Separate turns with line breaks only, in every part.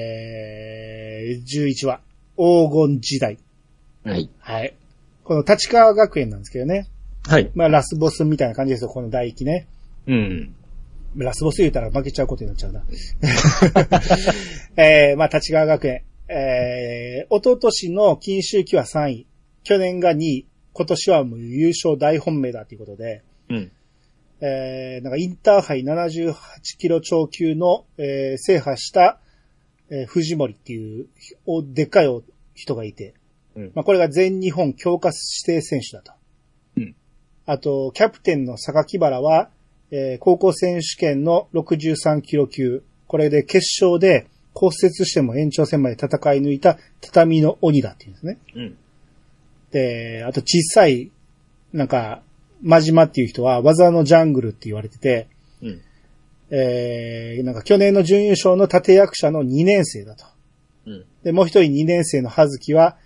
えー、11話、黄金時代。
はい。
はい。この立川学園なんですけどね。
はい。
まあ、ラスボスみたいな感じですよ、この第一期ね。
うん。
ラスボス言うたら負けちゃうことになっちゃうな。 えー、まあ、立川学園。えー、一昨年の金秋期は3位。去年が2位。今年はもう優勝大本命だということで、
うん。
えー、なんかインターハイ78キロ超級の、えー、制覇した、えー、藤森っていう、お、でっかいお人がいて、
うん
まあ、これが全日本強化指定選手だと。
うん
あと、キャプテンの榊原は、えー高校選手権の63キロ級。これで決勝で骨折しても延長戦まで戦い抜いた畳の鬼だっていうんですね。
うん。
で、あと小さい、なんか、真島っていう人は技のジャングルって言われてて、
うん。
えー、なんか去年の準優勝の立役者の2年生だと。
うん。
で、もう一人2年生の葉月は、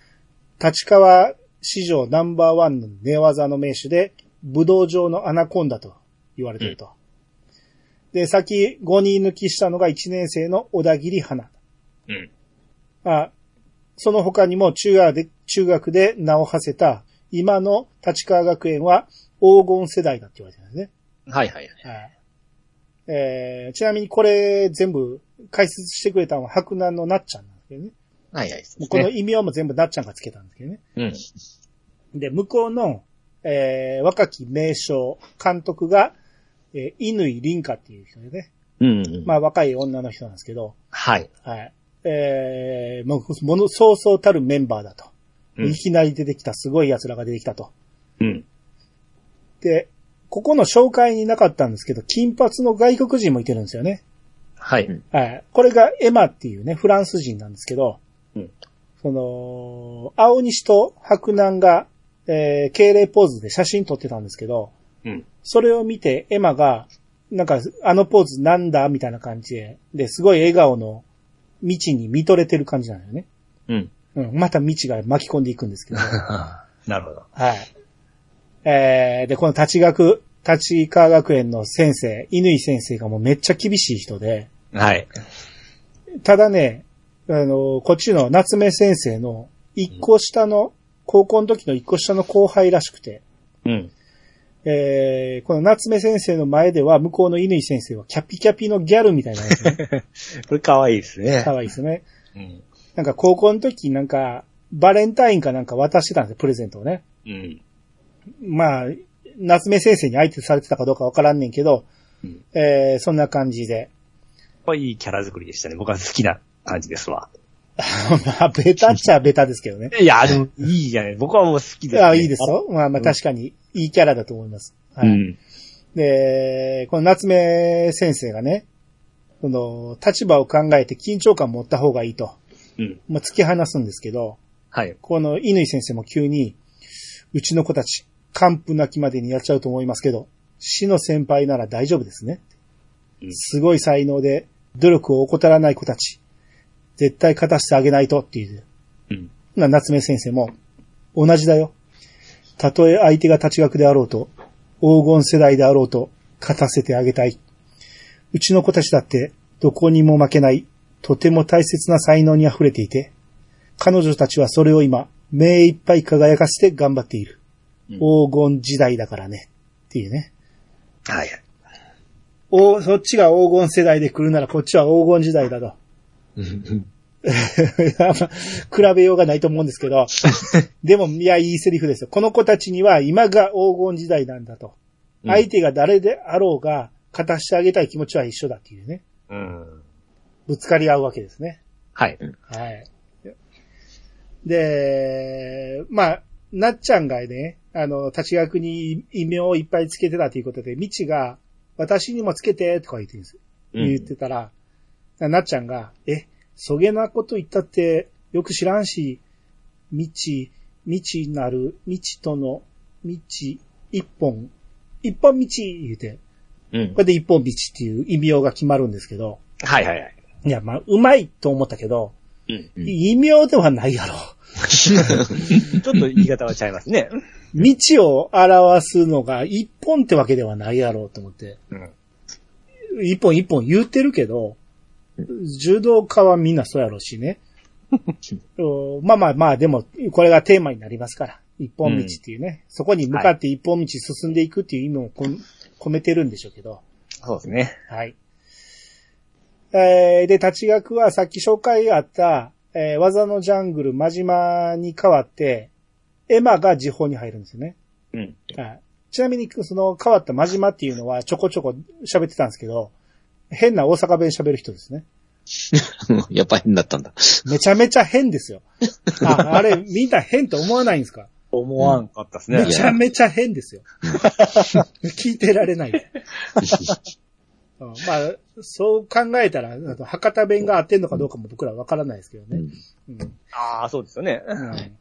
立川史上ナンバーワンの寝技の名手で、武道場のアナコンダと言われていると。で、先5人抜きしたのが1年生の小田切花。
うん。
あ、その他にも中学で、中学で名を馳せた、今の立川学園は黄金世代だって言われてるんですね。
はいはい。
はい。えー、ちなみにこれ全部解説してくれたのは白南のなっちゃんなんですけどね。
はいはい。
もうこの異名も全部なっちゃんがつけたんですけどね。
うん。
で、向こうの、えー、若き名将、監督が、えー、乾凛花っていう人でね。
うん。
ま
あ、
あ若い女の人なんですけど、
はい。
はい。えー、もう、もの、そうそうたるメンバーだと。
うん
いきなり出てきたすごい奴らが出てきたと。
うん。
で、ここの紹介になかったんですけど、金髪の外国人もいてるんですよね。
はい。
はい。これがエマっていうね、フランス人なんですけど、
うん
その、青西と白南が、えー、敬礼ポーズで写真撮ってたんですけど、
うん。
それを見てエマが、なんか、あのポーズなんだみたいな感じで、で、すごい笑顔の道に見とれてる感じなのよね。
うん。
うん。また道が巻き込んでいくんですけど。
なるほど。
はい。えー、で、この立学、立川学園の先生、乾先生がもうめっちゃ厳しい人で、
はい。
ただね、あの、こっちの夏目先生の一個下の、高校の時の一個下の後輩らしくて、
うん。
えー、この夏目先生の前では向こうの乾先生はキャピキャピのギャルみたいなやつ ね、
これ可愛いですね
可愛いですね。
うん。
なんか高校の時なんか、バレンタインかなんか渡してたんですよ、プレゼントをね。
うん。
まあ、夏目先生に相手されてたかどうかわからんねんけど、
うん
えーそんな感じで。
これいいキャラ作りでしたね。僕は好きな感じですわ。
まあ、ベタっちゃベタですけどね。
いや、でも、いいじゃない。僕はもう好きです、ね。
あいいですよ。まあまあ確かにいいキャラだと思います。
あ。
はい
うん。
で、この夏目先生がね、その、立場を考えて緊張感持った方がいいと、
うん。
もう突き放すんですけど、
はい。
この乾先生も急に、うちの子たち、完膚なきまでにやっちゃうと思いますけど、死の先輩なら大丈夫ですね。
うん
すごい才能で、努力を怠らない子たち、絶対勝たせてあげないとっていう。
うん。
な夏目先生も、同じだよ。たとえ相手が立学であろうと、黄金世代であろうと、勝たせてあげたい。うちの子たちだって、どこにも負けない、とても大切な才能に溢れていて、彼女たちはそれを今、目いっぱい輝かせて頑張っている。
うん
黄金時代だからね。っていうね。
はい。
お、そっちが黄金世代で来るならこっちは黄金時代だと。あんま比べようがないと思うんですけ ど。でも、いや、いいセリフですよ。この子たちには今が黄金時代なんだと。
うん
相手が誰であろうが、勝たしてあげたい気持ちは一緒だっていうね。
うん。
ぶつかり合うわけですね。
はい。
はい。で、まあ、なっちゃんがね、あの、立ち学に異名をいっぱいつけてたということで、みちが、私にもつけて、とか言ってるんです。
うん
言ってたら、なっちゃんが、え、そげなこと言ったって、よく知らんし、みち、みちなる、みちとの、みち、一本、一本道言うて、
うん
こ。れで一本道っていう異名が決まるんですけど、
はいはいはい。
いや、まあ、うまいと思ったけど、
うん。
異名ではないやろ。
ちょっと言い方は違いますね。
道を表すのが一本ってわけではないやろうと思って。
うん。
一本一本言うてるけど、柔道家はみんなそうやろうしね。おまあまあまあ、でも、これがテーマになりますから。一本道っていうね。そこに向かって一本道進んでいくっていう意味をこん込めてるんでしょうけど。
そうですね。
はい。えー、で、立ち学はさっき紹介あった、えー技のジャングル、真島に変わって、エマが時報に入るんですよね。
うん。
はい。ちなみに、その変わった真島っていうのはちょこちょこ喋ってたんですけど、変な大阪弁喋る人ですね。
やっぱ変だった んだ。
めちゃめちゃ変ですよ。あ、あれ、みんな変と思わないんですか
思わんかったですね。
めちゃめちゃ変ですよ。聞いてられない。うんまあ、そう考えたら、あと博多弁が合ってんのかどうかも僕らわからないですけど
う
ね。
ん
うん
ああ、そうですよね。
うん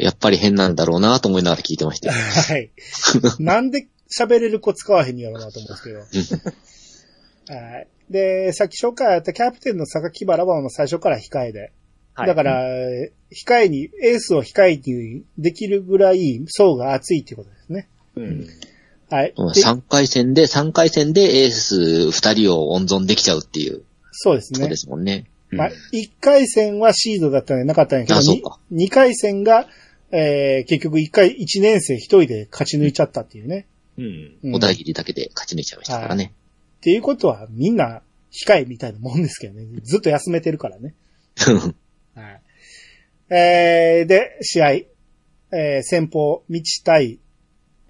やっぱり変なんだろうなと思いながら聞いてましたよ。
はい。なんで喋れる子使わへんのやろうなと思うんですけど。はいで、さっき紹介あったキャプテンの榊原はもう最初から控えで。
はい
だから、控えに、エースを控えにできるぐらい層が厚いっていうことですね。
うん。
はい。
うん
で
3回戦で、3回戦でエース2人を温存できちゃうっていう
そうです
こと
ね
で。すもんね。うん
まあ、1回戦はシードだったんでなかったんやけど、
あそうか
2, 回戦が、えー、結局1回、1年生1人で勝ち抜いちゃったっていうね。
うん。
うん
お大喜利だけで勝ち抜いちゃいましたからね。
っていうことは、みんな、控えみたいなもんですけどね。ずっと休めてるからね。はい。えー、で、試合。えー、先方、道対、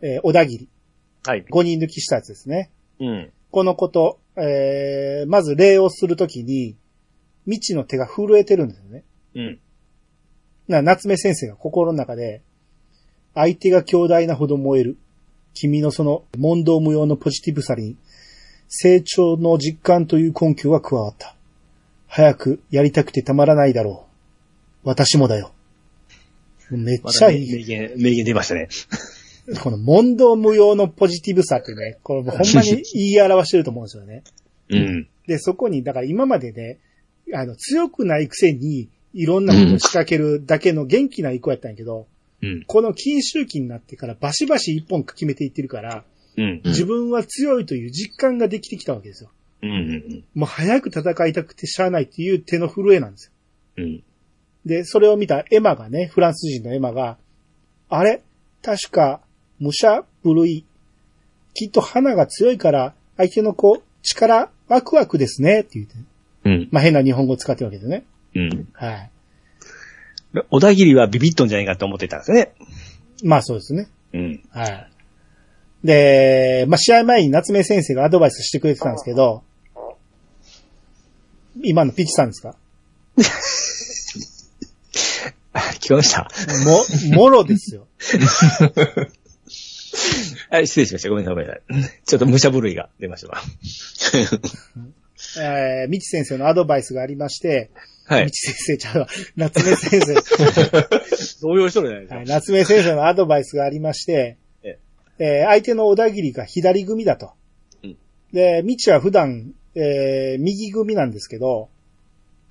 えー、小田切。
はい。
5人抜きしたやつですね。
うん。
このこと、えー、まず礼をするときに、道の手が震えてるんですよね。
うん。
な、夏目先生が心の中で、相手が強大なほど燃える。君のその問答無用のポジティブさに、成長の実感という根拠が加わった。早くやりたくてたまらないだろう。私もだよ。めっ
ま
ちゃ
た、
い
名
い。
言、名言出ましたね。
この問答無用のポジティブさってね、これもうほんまに言い表してると思うんですよね。
うん。
で、そこに、だから今までね、あの、強くないくせに、いろんなことを仕掛けるだけの元気な子やったんやけど、
うん。
この禁周期になってからバシバシ一本決めていってるから、
うん。
うん
自分は強いという実感ができてきたわけですよ。
うん。
もう早く戦いたくてしゃあないっていう手の震えなんですよ。
うん。
で、それを見たエマがね、フランス人のエマが、あれ確か、武者ブルイ。きっと花が強いから、相手の子、力、ワクワクですね、って言って。
うん。
まあ、変な日本語を使ってるわけですね。
うん。
はい。
小田切はビビっとんじゃないかと思ってたんですね。
まあそうですね。
うん。
はい。で、まあ、試合前に夏目先生がアドバイスしてくれてたんですけど、今のピッチさんですか
聞こえました。
も、 もろですよ。
はい、失礼しました。ごめんなさい、ごめんなさい。ちょっと武者震いが出ましたわ。
えー、みち先生のアドバイスがありまして、
は
み。ち先生ちゃうわ夏目先生、
動揺しとるじゃないです
はい夏目先生のアドバイスがありまして、
え
えー相手の小田切が左組だと。
うん
で、みちは普段、えー右組なんですけど、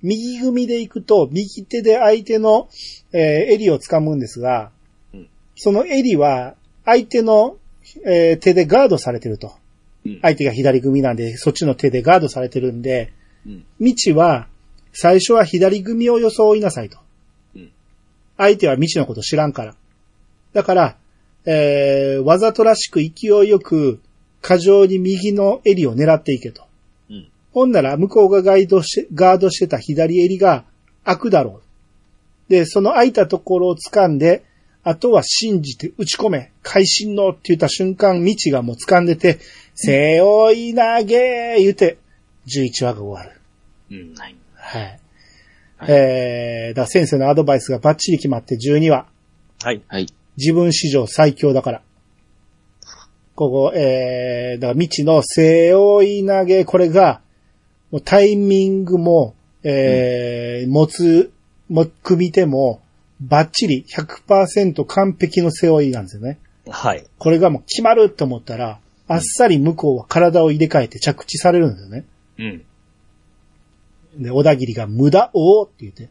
右組で行くと、右手で相手の、えー襟を掴むんですが、
うん
その襟は、相手の、えー手でガードされてると。
うん
相手が左組なんで、そっちの手でガードされてるんで、
うん
未知は、最初は左組を装いなさいと。
うん
相手は未知のこと知らんから。だから、えー、わざとらしく勢いよく、過剰に右の襟を狙っていけと。
うん
ほんなら、向こうがガイドし、ガードしてた左襟が開くだろう。で、その開いたところを掴んで、あとは信じて打ち込め、会心のって言った瞬間、未知がもう掴んでて、背負い投げ言うて、11話が終わる。
うん。はい。
はい。
はい
えー、だから先生のアドバイスがバッチリ決まって12話。
はい。
はい。
自分史上最強だから。ここ、えー、だから未知の背負い投げ、これが、もうタイミングも、えー持つ、も、組み手も、バッチリ100%完璧の背負いなんですよね。
はい。
これがもう決まると思ったら、あっさり向こうは体を入れ替えて着地されるんですよね。
うん。
で、小田切が無駄おーって言って。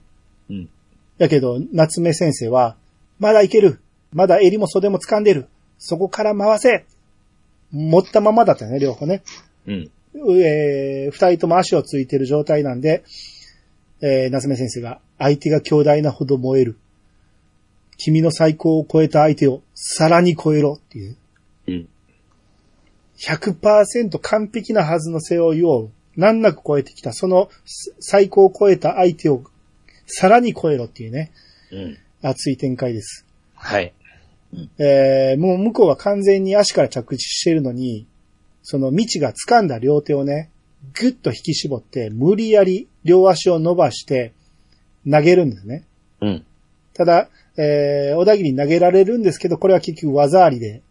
うん。
だけど、夏目先生は、まだいけるまだ襟も袖も掴んでるそこから回せ持ったままだったよね、両方ね。
うん。
えー、二人とも足をついてる状態なんで、えー、夏目先生が、相手が強大なほど燃える。君の最高を超えた相手をさらに超えろっていう。
うん。
100%完璧なはずの背負いを難なく超えてきた、そのす最高を超えた相手をさらに超えろっていうね、
うん。
熱い展開です。
はい。
えー、もう向こうは完全に足から着地してるのに、その未知が掴んだ両手をね、ぐっと引き絞って、無理やり両足を伸ばして投げるんですね。
うん。
ただ、えー、小田切に投げられるんですけど、これは結局技ありで、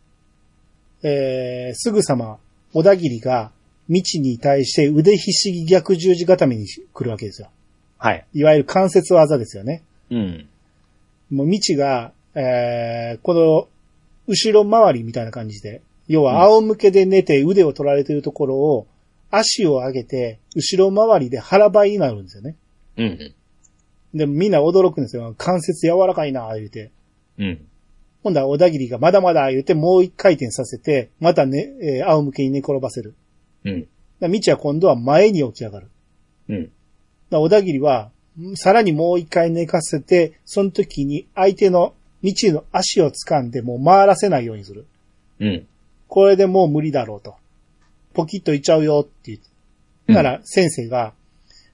えー、すぐさま、小田切が、未知に対して腕ひしぎ逆十字固めに来るわけですよ。
はい。
いわゆる関節技ですよね。
うん。
もう未知が、えー、この、後ろ回りみたいな感じで、要は仰向けで寝て腕を取られているところを、足を上げて、後ろ回りで腹ばいになるんですよね。
うん。
で、みんな驚くんですよ。関節柔らかいな、言うて。
うん。
今度は小田切がまだまだ言うてもう一回転させて、またね、えー仰向けに寝転ばせる。
うん。
だ道は今度は前に起き上がる。
うん。
だ小田切は、んさらにもう一回寝かせて、その時に相手の道の足を掴んでもう回らせないようにする。
うん。
これでもう無理だろうと。ポキッといっちゃうよって言って。だから先生が、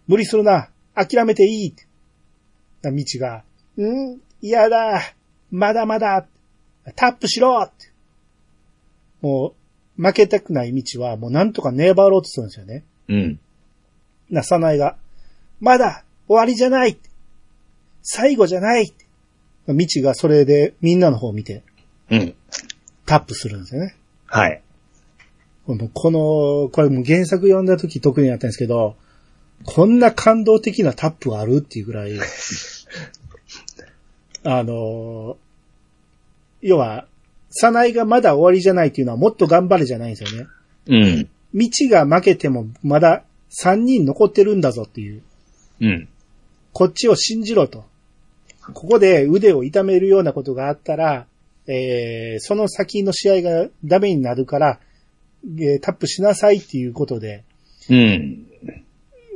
無理するな諦めていいって。だ道が、うん嫌だまだまだタップしろって。もう、負けたくない道はもうなんとか粘ろうとするんですよね。
うん。
な、さないが、まだ終わりじゃない最後じゃない道がそれでみんなの方を見て
うん。
タップするんですよね。
はい。
この、このこれもう原作読んだ時特にやったんですけど、こんな感動的なタップあるっていうぐらい、あの、要は、サナイがまだ終わりじゃないっていうのはもっと頑張れじゃないんですよね。
うん。
道が負けてもまだ3人残ってるんだぞっていう。
うん。
こっちを信じろと。ここで腕を痛めるようなことがあったら、えー、その先の試合がダメになるから、えータップしなさいっていうことで、
うん。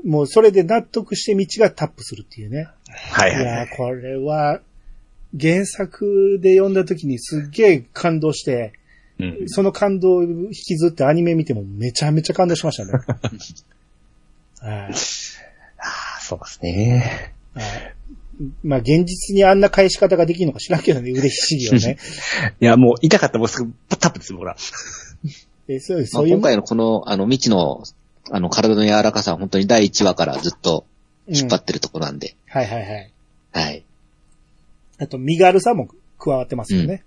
もうそれで納得して道がタップするっていうね。
はいいは
や
い。
ーこれは、原作で読んだ時にすっげえ感動して、
うん。
その感動を引きずってアニメ見てもめちゃめちゃ感動しましたね。 はい
あそうですね。
はいまあ現実にあんな返し方ができるのか知らんけどね、腕ひしぎを ね。
いや、もう痛かったらもうすぐタップですよ、僕ら。
えそう
まあ
そういう
今回のこの、あの、未知の、あの、体の柔らかさは本当に第1話からずっと引っ張
うん
ってるとこなんで。
はいはいはい。
はい。
あと、身軽さも加わってますよね。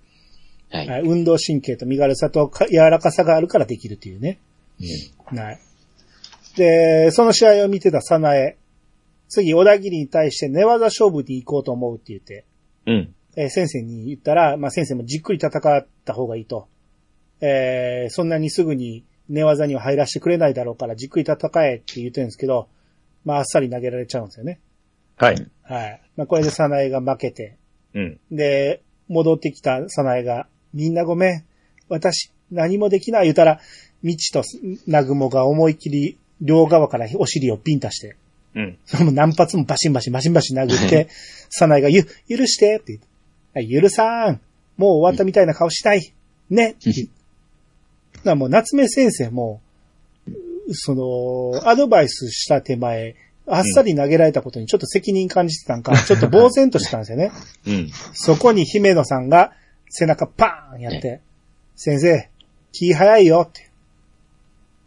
はい。
はい運動神経と身軽さとか柔らかさがあるからできるというね。はい。で、その試合を見てたサナエ。次、小田切に対して寝技勝負に行こうと思うって言って、
うん。
えー先生に言ったら、まあ、先生もじっくり戦った方がいいと。えーそんなにすぐに寝技には入らせてくれないだろうから、じっくり戦えって言ってるんですけど、まあ、あっさり投げられちゃうんですよね。
はい。
はい。まあ、これでサナエが負けて、
うん。
で、戻ってきたサナエが、みんなごめん。私、何もできない言うたら、ミチとナグモが思いっきり両側からお尻をピンタして、
うん。
もう何発もバシンバシンバシンバシン殴って、サナエがゆ、許してって言ってあ許さーん。もう終わったみたいな顔しない。ね。って言ってだからもう夏目先生も、その、アドバイスした手前、あっさり投げられたことにちょっと責任感じてたんか、ちょっと呆然としてたんですよね。
うん。
そこに姫野さんが背中パーンやって、先生、気早いよって。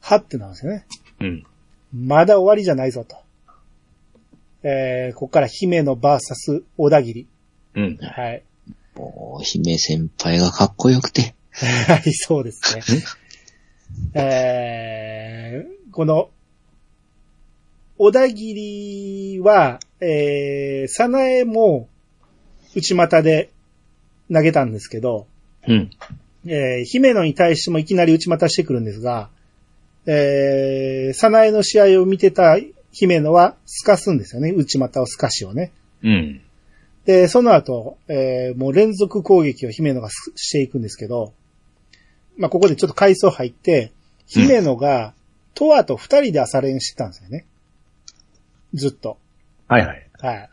はってなんですよね。
うん。
まだ終わりじゃないぞと。えー、ここから姫野バーサス小田切。
うん。
はい。
もう、姫先輩がかっこよくて。
はい、そうですね。えー、この、小田切は、えー、早苗も内股で投げたんですけど、
うん。
えー姫野に対してもいきなり内股してくるんですが、えー、サナエの試合を見てた姫野は透かすんですよね。内股を透かしをね。
うん。
で、その後、えーもう連続攻撃を姫野がすしていくんですけど、まあ、ここでちょっと回想入って、姫野がトワと二人で朝練してたんですよね。ずっと。
はいはい。
はい。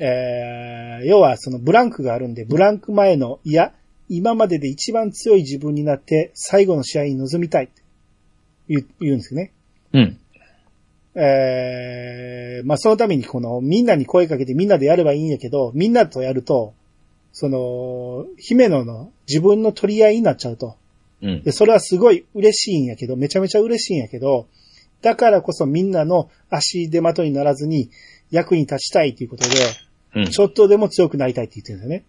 えー、要はそのブランクがあるんで、ブランク前の、いや、今までで一番強い自分になって、最後の試合に臨みたいって言う、言うんですよね。
うん。
えー、まあそのためにこの、みんなに声かけてみんなでやればいいんやけど、みんなとやると、その、姫野の自分の取り合いになっちゃうと。
うん。
で、それはすごい嬉しいんやけど、めちゃめちゃ嬉しいんやけど、だからこそみんなの足手まといにならずに役に立ちたいということで、
うん。
ちょっとでも強くなりたいって言ってるんだよね。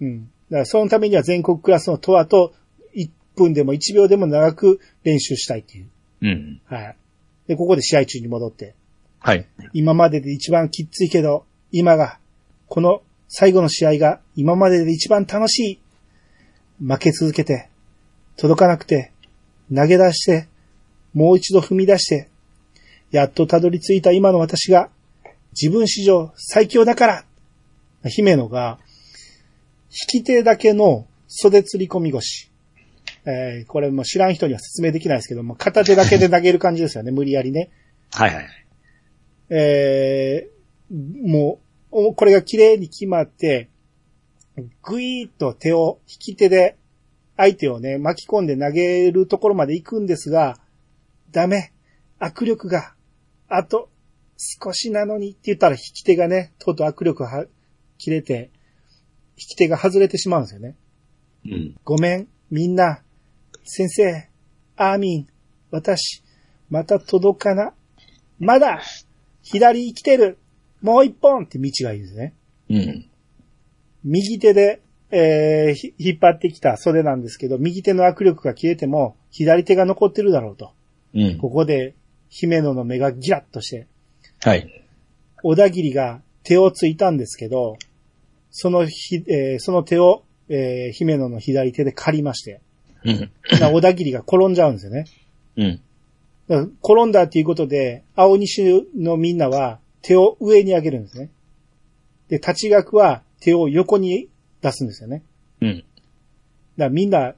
うん。
うん。だからそのためには全国クラスのトアと1分でも1秒でも長く練習したいっていう。
うん。
はい。で、ここで試合中に戻って、
はい。
今までで一番きっついけど、今が、この最後の試合が今までで一番楽しい。負け続けて、届かなくて、投げ出して、もう一度踏み出して、やっとたどり着いた今の私が、自分史上最強だから姫野が、引き手だけの袖釣り込み腰。えーこれも知らん人には説明できないですけども、片手だけで投げる感じですよね、無理やりね。
はいはい。
えーもう、おこれが綺麗に決まって、ぐいーっと手を、引き手で、相手をね、巻き込んで投げるところまで行くんですが、ダメ。握力が、あと、少しなのにって言ったら引き手がね、とうとう握力は、切れて、引き手が外れてしまうんですよね。
うん。
ごめん、みんな。先生、アーミン、私、また届かな。まだ、左生きてる。もう一本って道がいいですね。
うん。
右手で、えーひ引っ張ってきた袖なんですけど、右手の握力が消えても、左手が残ってるだろうと。
うん。
ここで、姫野の目がギラッとして、
はい。
小田切が手をついたんですけど、そのひ、えーその手を、えー姫野の左手で借りまして、
うん。
だから小田切が転んじゃうんですよね。
うん。
だから転んだっていうことで、青西のみんなは手を上に上げるんですね。で、立ち学は手を横に出すんですよね。
うん。
だからみんな、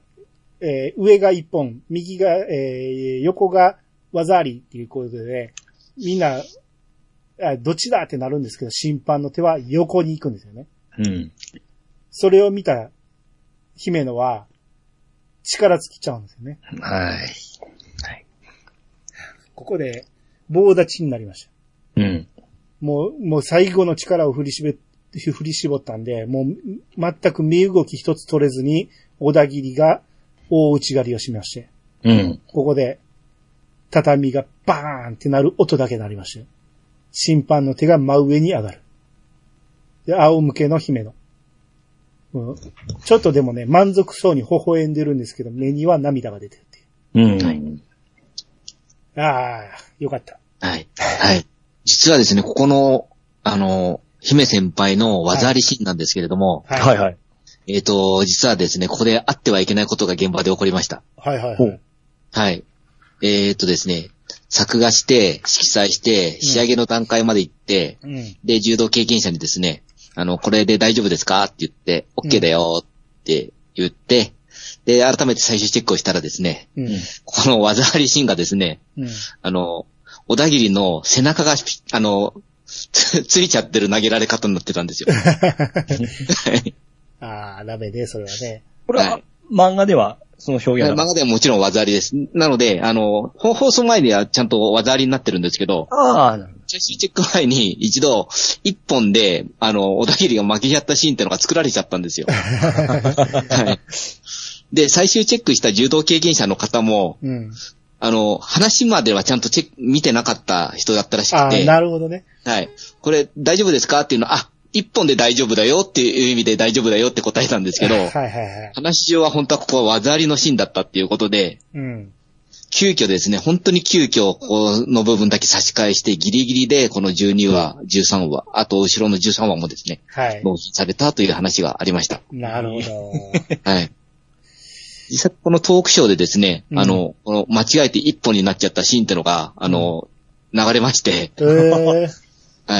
えー上が一本、右が、えー横が技ありっていうことで、みんな、あどっちだってなるんですけど、審判の手は横に行くんですよね。
うん。
それを見た姫野は力尽きちゃうんですよね。
はい。
ここで棒立ちになりました。
うん。
もう、もう最後の力を振り絞 っ振り絞ったんで、もう全く身動き一つ取れずに、小田切が大内刈りをしまして、
うん。
ここで、畳がバーンってなる音だけ鳴りまして、審判の手が真上に上がる。で、仰向けの姫野。うんちょっとでもね、満足そうに微笑んでるんですけど、目には涙が出てるってい
うん。
う。ああ、よかった。
はい。はい。実はですね、ここの、あの、姫先輩の技ありシーンなんですけれども、
はい
はいはい。
えっ、と、実はですね、ここであってはいけないことが現場で起こりました。
はいはい
ほ。
はいう
はい。えっ、とですね、作画して、色彩して、仕上げの段階まで行って、
うん。
で、柔道経験者にですね、あの、これで大丈夫ですかって言って、
うん
OK だよって言って、で、改めて最終チェックをしたらですね、
うん。
この技ありシーンがですね、
うん。
あの、小田切の背中がピ、あの、つ、 ついちゃってる投げられ方になってたんで すよ。はい
ああ、ダメね、それはね。
これ
は
はい漫画ではその表現
漫
なの
画ではもちろん技ありです。なので、あの、放放送前ではちゃんと技ありになってるんですけど、
ああ、なるほど
最終チェック前に一度、一本で、あの、小田切が負けちゃったシーンってのが作られちゃったんですよ。 はい。で、最終チェックした柔道経験者の方も、
うん。
あの、話まではちゃんとチェック、見てなかった人だったらし
あ
く
あ、
て、
なるほどね。
はい。これ大丈夫ですかっていうのは、あ、一本で大丈夫だよっていう意味で大丈夫だよって答えたんですけど
は、いはいはい。
話上は本当はここは技ありのシーンだったっていうことで、
うん。
急遽ですね、本当に急遽、この部分だけ差し替えして、ギリギリで、この12話、13話、あと後ろの13話もですね、
はい。
納品されたという話があり ました。
なるほ
はい。実際、このトークショーでですね、
うん
あの、この間違えて一本になっちゃったシーンってのが、あの、流れまして、
ど。えー、
は
だ
い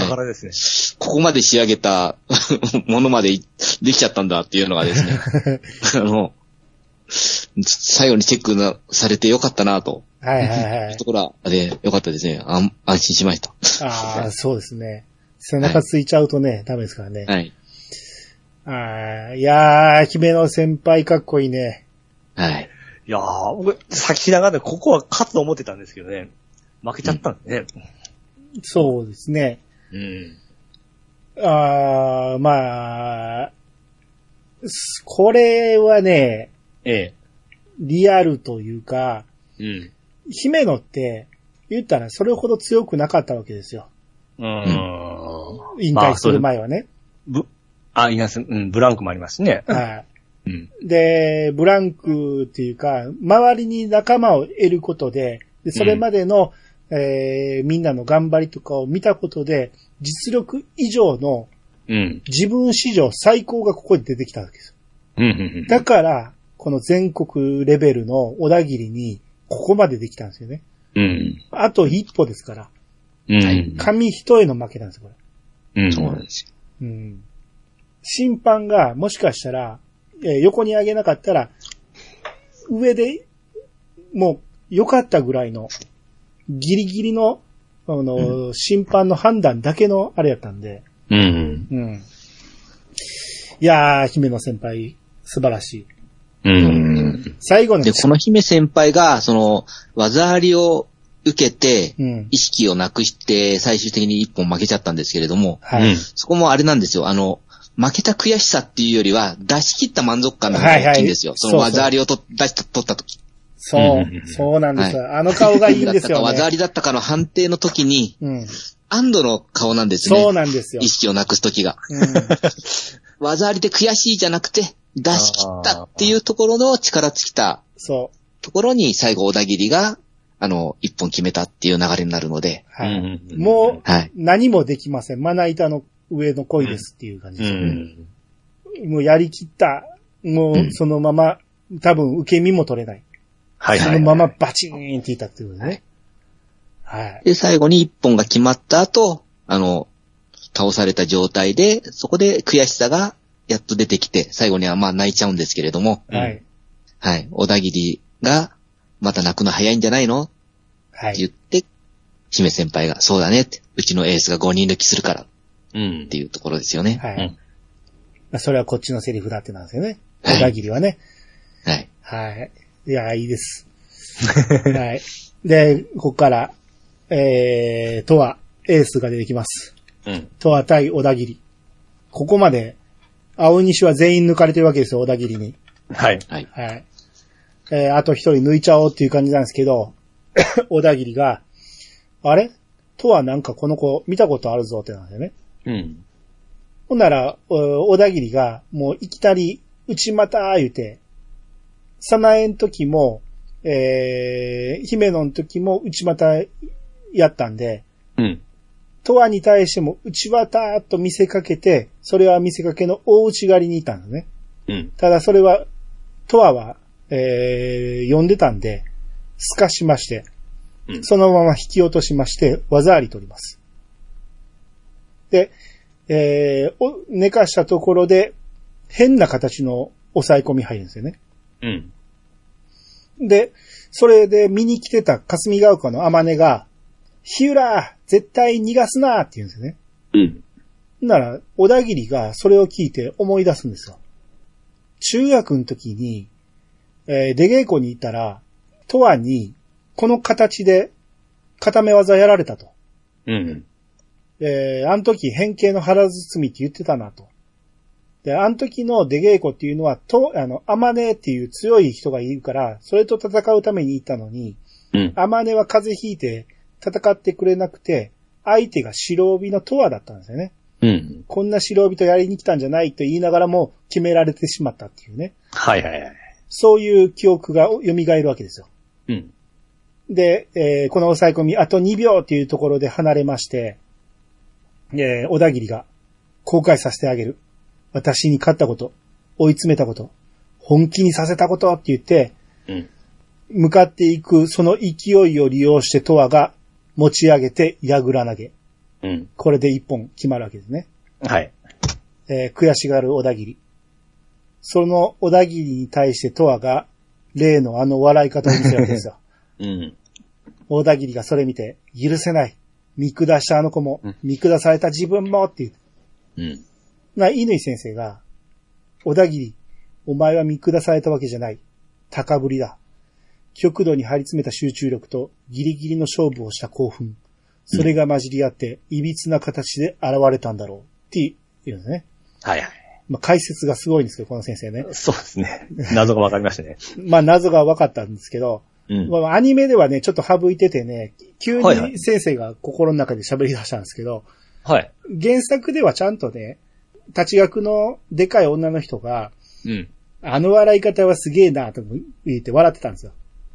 か。らですね。
ここまで仕上げた ものまでいできちゃったんだっていうのがですね、あの、最後にチェックなされてよかったなと。
はいはいはい
と。ころで、よかったですね。あん安心しました。
ああ、そうですね。背中ついちゃうとね、ダメですからね。
はい。
ああ、いやー、姫野先輩かっこいいね。
はい。
いやー、僕、先ながらここは勝つと思ってたんですけどね。負けちゃったんでね。
そうですね。
うん。
ああ、まあ、すこれはね、
え
リアルというか、
え。うん。
姫野って、言ったらそれほど強くなかったわけですよ。
うーん。
引退する前はね。
ぶ、あ、いや、すうん、ブランクもありますしね。
はい
うん。
で、ブランクっていうか、周りに仲間を得ることで、でそれまでの、えーみんなの頑張りとかを見たことで、実力以上の
うん。
自分史上最高がここに出てきたわけですよ。
うんうん。
だから、この全国レベルの小田切に、ここまでできたんですよね。
うん。
あと一歩ですから、
うん。
紙一重の負けなんですよ、これ。
うん。
そうなんですよ。
うん審判がもしかしたら、えー横に上げなかったら、上でもう良かったぐらいの、ギリギリの、あの、審判の判断だけのあれやったんで、
うん。
うん。いやー、姫野先輩、素晴らしい。
うん。
最後の
で、、この姫先輩が、その、技ありを受けて、
うん。
意識をなくして、最終的に一本負けちゃったんですけれども、
はい。
そこもあれなんですよ。あの、負けた悔しさっていうよりは、出し切った満足感の方が
はいはい
大きいんですよ。その
そうそう
技ありをと出し取った時。
そうう、
ん
そうなんですよ。
は
あの顔がいいんですよ
技あ
ね。
りだったかの判定の時に、
うん。
安堵の顔なんですね。
そうなんですよ
意。識をなくす時が。
うん
技ありで悔しいじゃなくて、出し切ったっていうところの力尽きた
そう。
ところに、最後小田切が、あの、一本決めたっていう流れになるので、
はい。
うん
もう、
はい。
何もできません。まな板の上の恋ですっていう感じ
う
です、
ん。
もうやりきった。も
う
うんそのまま、多分受け身も取れない。
はいはい
そ
はい。
のままバチーンっていったっていうね。はい。
で、最後に一本が決まった後、あの、倒された状態で、そこで悔しさがやっと出てきて、最後にはまあ泣いちゃうんですけれども、
うん
はい。
はい、小田切が、また泣くの早いんじゃないのって
はい。
言って、姫先輩が、そうだねって、うちのエースが5人抜きするからっ
うん
て。いうところですよね。
はい。
うん
まあ、それはこっちのセリフだってなんですよね。
はい
小田切はね。
はい。
はい。いや、いい です。はい。で、ここから、えー、とは、エースが出てきます。
うん。
とは対小田切。ここまで、青西は全員抜かれてるわけですよ、小田切に。
はい。
はい。
はい。えーあと一人抜いちゃおうっていう感じなんですけど、 小田切が、あれとはなんかこの子見たことあるぞってなんだよね。
うん。
ほんなら、お小田切が、もういきなり、内股言うて、早苗の時も、えー、姫野の時も内股やったんで、
うん。
とはに対しても内股と見せかけて、それは見せかけの大内刈りにいたんだね。
うん。
ただそれは、トアは、えー、呼んでたんで、透かしまして
う、ん
そのまま引き落としまして、技あり取ります。で、えー、お寝かしたところで、変な形の抑え込み入るんですよね。
うん。
で、それで見に来てた霞ヶ丘の天音が、日浦、絶対逃がすなって言うんですよね。
うん。
なら、小田切がそれを聞いて思い出すんですよ。中学の時に、えー出稽古に行ったら、とわに、この形で、固め技やられたと。
うん。
えーあの時変形の腹包みって言ってたなと。で、あの時の出稽古っていうのは、と、あの、アマネっていう強い人がいるから、それと戦うために行ったのに、
うん
アマネは風邪ひいて戦ってくれなくて、相手が白帯のとわだったんですよね。
うん。
こんな白人やりに来たんじゃないと言いながらも決められてしまったっていうね。
はいはいはい。
そういう記憶が蘇るわけですよ。
うん。
で、えーこの抑え込み、あと2秒っていうところで離れまして、えー小田切が、後悔させてあげる。私に勝ったこと、追い詰めたこと、本気にさせたことって言って、
うん。
向かっていくその勢いを利用してトアが持ち上げて矢倉投げ。
うん。
これで一本決まるわけですね。
はい。
えー悔しがる小田切。その小田切に対してトアが、例のあの笑い方を見せるわけです よ。
うん。
大田切がそれ見て、許せない。見下したあの子も
うん、
見下された自分もっていう。
うん。
な、乾先生が、小田切、お前は見下されたわけじゃない。高ぶりだ。極度に張り詰めた集中力とギリギリの勝負をした興奮。それが混じり合って、歪な形で現れたんだろう。って言うんですね。
はいはい。
まあ、解説がすごいんですけど、この先生ね。
そうですね。 謎がわかりましたね。
まあ、謎が分かったんですけど、
うん。
まあ、アニメではね、ちょっと省いててね、急
はいは
に
い
先生が心の中で喋り出したんですけど、
はい。
原作ではちゃんとね、立学のでかい女の人が、
うん。
あの笑い方はすげえなと言って笑ってたんですよ。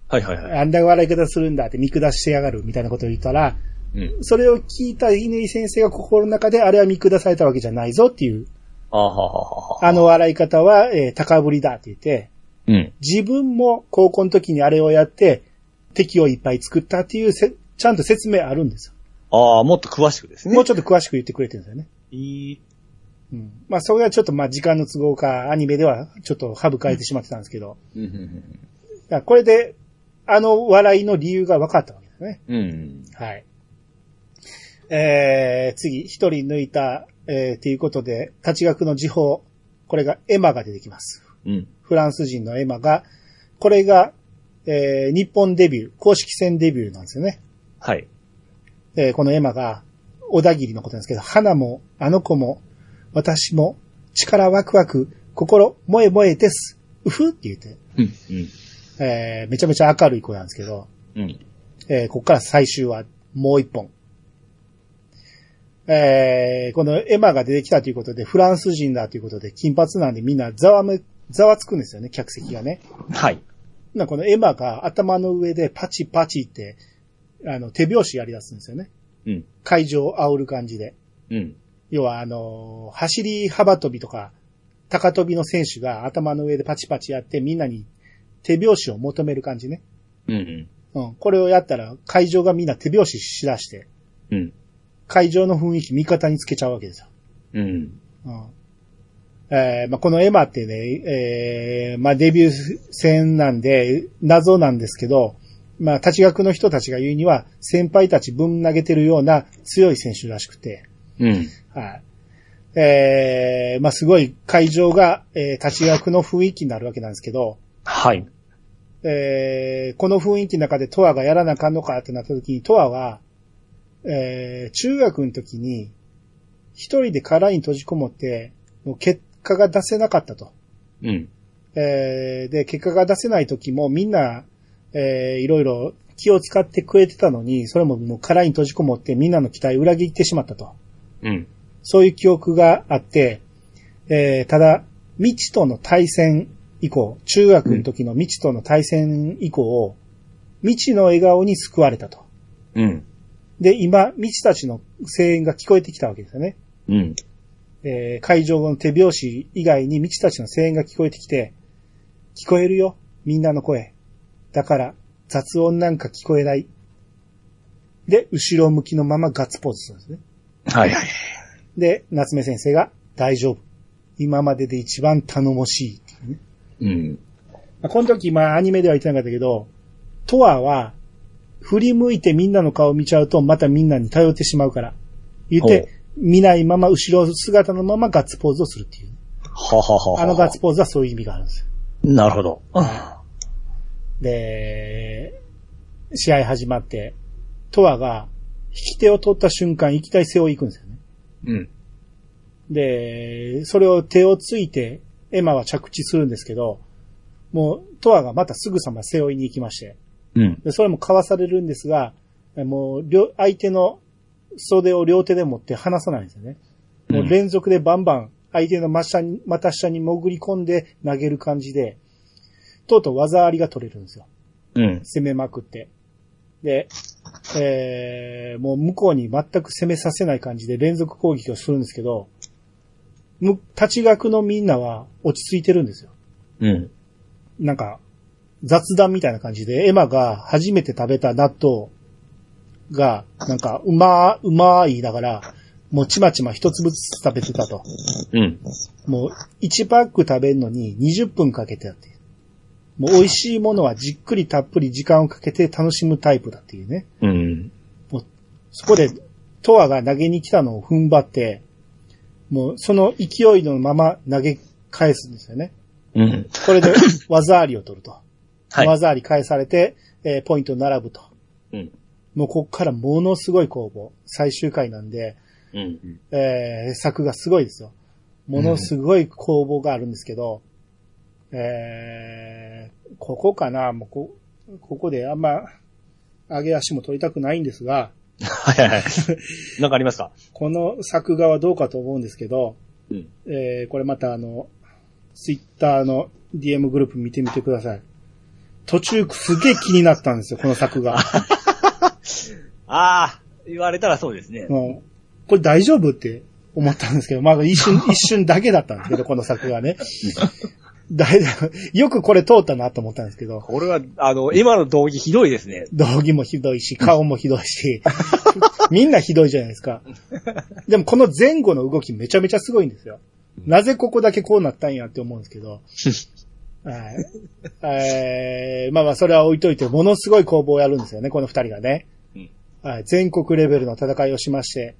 はいはいはい。
あんな笑い方するんだって見下してやがるみたいなことを言ったら、
うん。
それを聞いた乾先生が心の中であれは見下されたわけじゃないぞっていう、
あはははは。
あの笑い方は、えー高ぶりだって言って、
うん。
自分も高校の時にあれをやって敵をいっぱい作ったっていうせ、ちゃんと説明あるんです
ああ、もっと詳しくです
よ。
ね。
もうちょっと詳しく言ってくれてるんですよね。
いい。
うん。まあそれはちょっとまあ時間の都合かアニメではちょっと省かれてしまってたんですけど、
うんうん
だからこれであの笑いの理由が分かったわけですね。
うん。うん。
はい。えー、次、一人抜いた、えー、ということで、立学の時報、これがエマが出てきます。
うん。
フランス人のエマが、これが、えー、日本デビュー、公式戦デビューなんですよね。
はい。
えー、このエマが、小田切のことなんですけど、花も、あの子も、私も、力ワクワク、心、萌え萌えです。うふって言って、
うん。
えー、めちゃめちゃ明るい子なんですけど、
うん。
えーここから最終話、もう一本。えーこのエマが出てきたということで、フランス人だということで、金髪なんでみんなざわめ、ざわつくんですよね、客席がね。
はい。
な、このエマが頭の上でパチパチって、あの、手拍子やり出すんですよね。
うん
会場を煽る感じで。
うん。
要は、あのー走り幅跳びとか、高跳びの選手が頭の上でパチパチやって、みんなに手拍子を求める感じね。
うん。
うん。これをやったら、会場がみんな手拍子しだして、
うん。
会場の雰囲気味方につけちゃうわけですよ。
うん。
うん。えーまあ、このエマってね、えーまあ、デビュー戦なんで、謎なんですけど、まあ、立ち学の人たちが言うには、先輩たちぶん投げてるような強い選手らしくて、
うん。
はい。えーまあ、すごい会場が、えー立ち学の雰囲気になるわけなんですけど、
はい。
えーこの雰囲気の中でトアがやらなあかんのかってなった時に、トアは、えー中学の時に、一人で殻に閉じこもって、もう結果が出せなかったと。
うん。
えーで、結果が出せない時もみんな、えーいろいろ気を使ってくれてたのに、それももう殻に閉じこもってみんなの期待を裏切ってしまったと。
うん。
そういう記憶があって、えーただ、未知との対戦以降、中学の時の未知との対戦以降、未知の笑顔に救われたと。
うん。
で、今、未知たちの声援が聞こえてきたわけですよね。
うん。
えー会場の手拍子以外に未知たちの声援が聞こえてきて、聞こえるよ、みんなの声。だから、雑音なんか聞こえない。で、後ろ向きのままガッツポーズするんですね。
はいはい。
で、夏目先生が大丈夫。今までで一番頼もしいっていうね。
うん。
まあこの時、まあアニメでは言ってなかったけど、トアは振り向いてみんなの顔見ちゃうとまたみんなに頼ってしまうから。言っ
ほ
て、見ないまま後ろ姿のままガッツポーズをするっていうね、
はははは。
あのガッツポーズはそういう意味があるんですよ。
なるほど。は
で、試合始まって、トアが引き手を取った瞬間、行きたい背負い行くんですよね。
うん。
で、それを手をついて、エマは着地するんですけど、もう、トアがまたすぐさま背負いに行きまして、
うん。
でそれもかわされるんですが、えもう、両、相手の袖を両手で持って離さないんですよね。もう連続でバンバン、相手の真下に、股下に潜り込んで投げる感じで、とうとう技ありが取れるんですよ。
うん。
攻めまくって。で、えー、もう向こうに全く攻めさせない感じで連続攻撃をするんですけど、む、立ち学のみんなは落ち着いてるんですよ。
うん。
なんか、雑談みたいな感じで、エマが初めて食べた納豆が、なんか、うまー、うまー言いながら、もうちまちま一粒ずつ食べてたと。
うん。
もう、1パック食べるのに20分かけてやって。もう美味しいものはじっくりたっぷり時間をかけて楽しむタイプだっていうね。
うん。
そこで、トアが投げに来たのを踏ん張って、もうその勢いのまま投げ返すんですよね。
うん。
こ れで技ありを取ると。
はい。
技あり返されて、えーポイント並ぶと。
うん。
もうこっからものすごい攻防。最終回なんで、
うん。
えー作がすごいですよ。ものすごい攻防があるんですけど、えーここかな、もうこ、ここであんま、上げ足も取りたくないんですが、
はいはいはい。なんかありますか
この作画はどうかと思うんですけど、
うん
えーこれまたあの、ツイッターの DM グループ見てみてください。途中すげえ気になったんですよ、この作 画。
ああ、言われたらそうですね。
もう、これ大丈夫って思ったんですけど、まあ一 瞬、一瞬だけだったんですけど、この作がね。だいよくこれ通ったなと思ったんですけど、
これは、あの、今の動機ひどいですね。
道着もひどいし、顔もひどいし、 みんなひどいじゃないですか。でもこの前後の動きめちゃめちゃすごいんですよ。なぜここだけこうなったんやって思うんですけ ど。はいえーまあまあそれは置いといて、ものすごい攻防をやるんですよね、この二人がね。
うん
はい、全国レベルの戦いをしまして。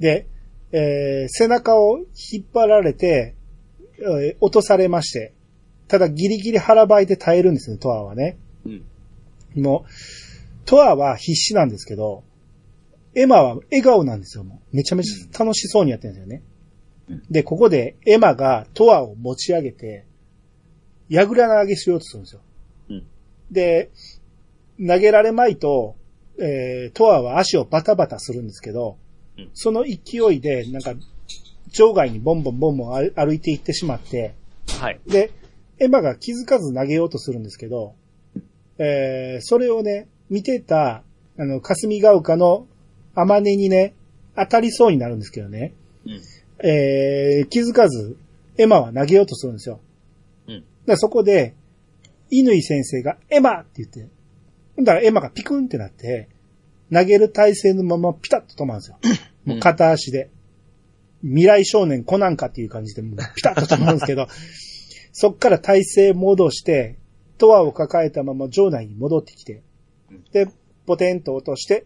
で、えー背中を引っ張られて、えー落とされまして。ただギリギリ腹ばいで耐えるんですね、トアはね。
うん。
もう、トアは必死なんですけど、エマは笑顔なんですよ、もう。めちゃめちゃ楽しそうにやってるんですよね。
うん
で、ここでエマがトアを持ち上げて、矢倉投げしようとするんですよ。
うん
で、投げられまいと、えー、トアは足をバタバタするんですけど、
うん
その勢いで、なんか、場外にボンボンボンボン歩歩いていってしまって、
はい。
で、エマが気づかず投げようとするんですけど、えー、それをね、見てた、あの、霞ヶ丘のアマネにね、当たりそうになるんですけどね、
うん。
えー、気づかず、エマは投げようとするんですよ。
うん。
だからそこで、乾先生が、エマって言って、だからエマがピクンってなって、投げる体勢のままピタッと止まるんですよ。もう片足で。未来少年コナンかっていう感じで、もうピタッと止まるんですけど、そっから体勢戻して、トアを抱えたまま場内に戻ってきて
うん、
で、ポテンと落として、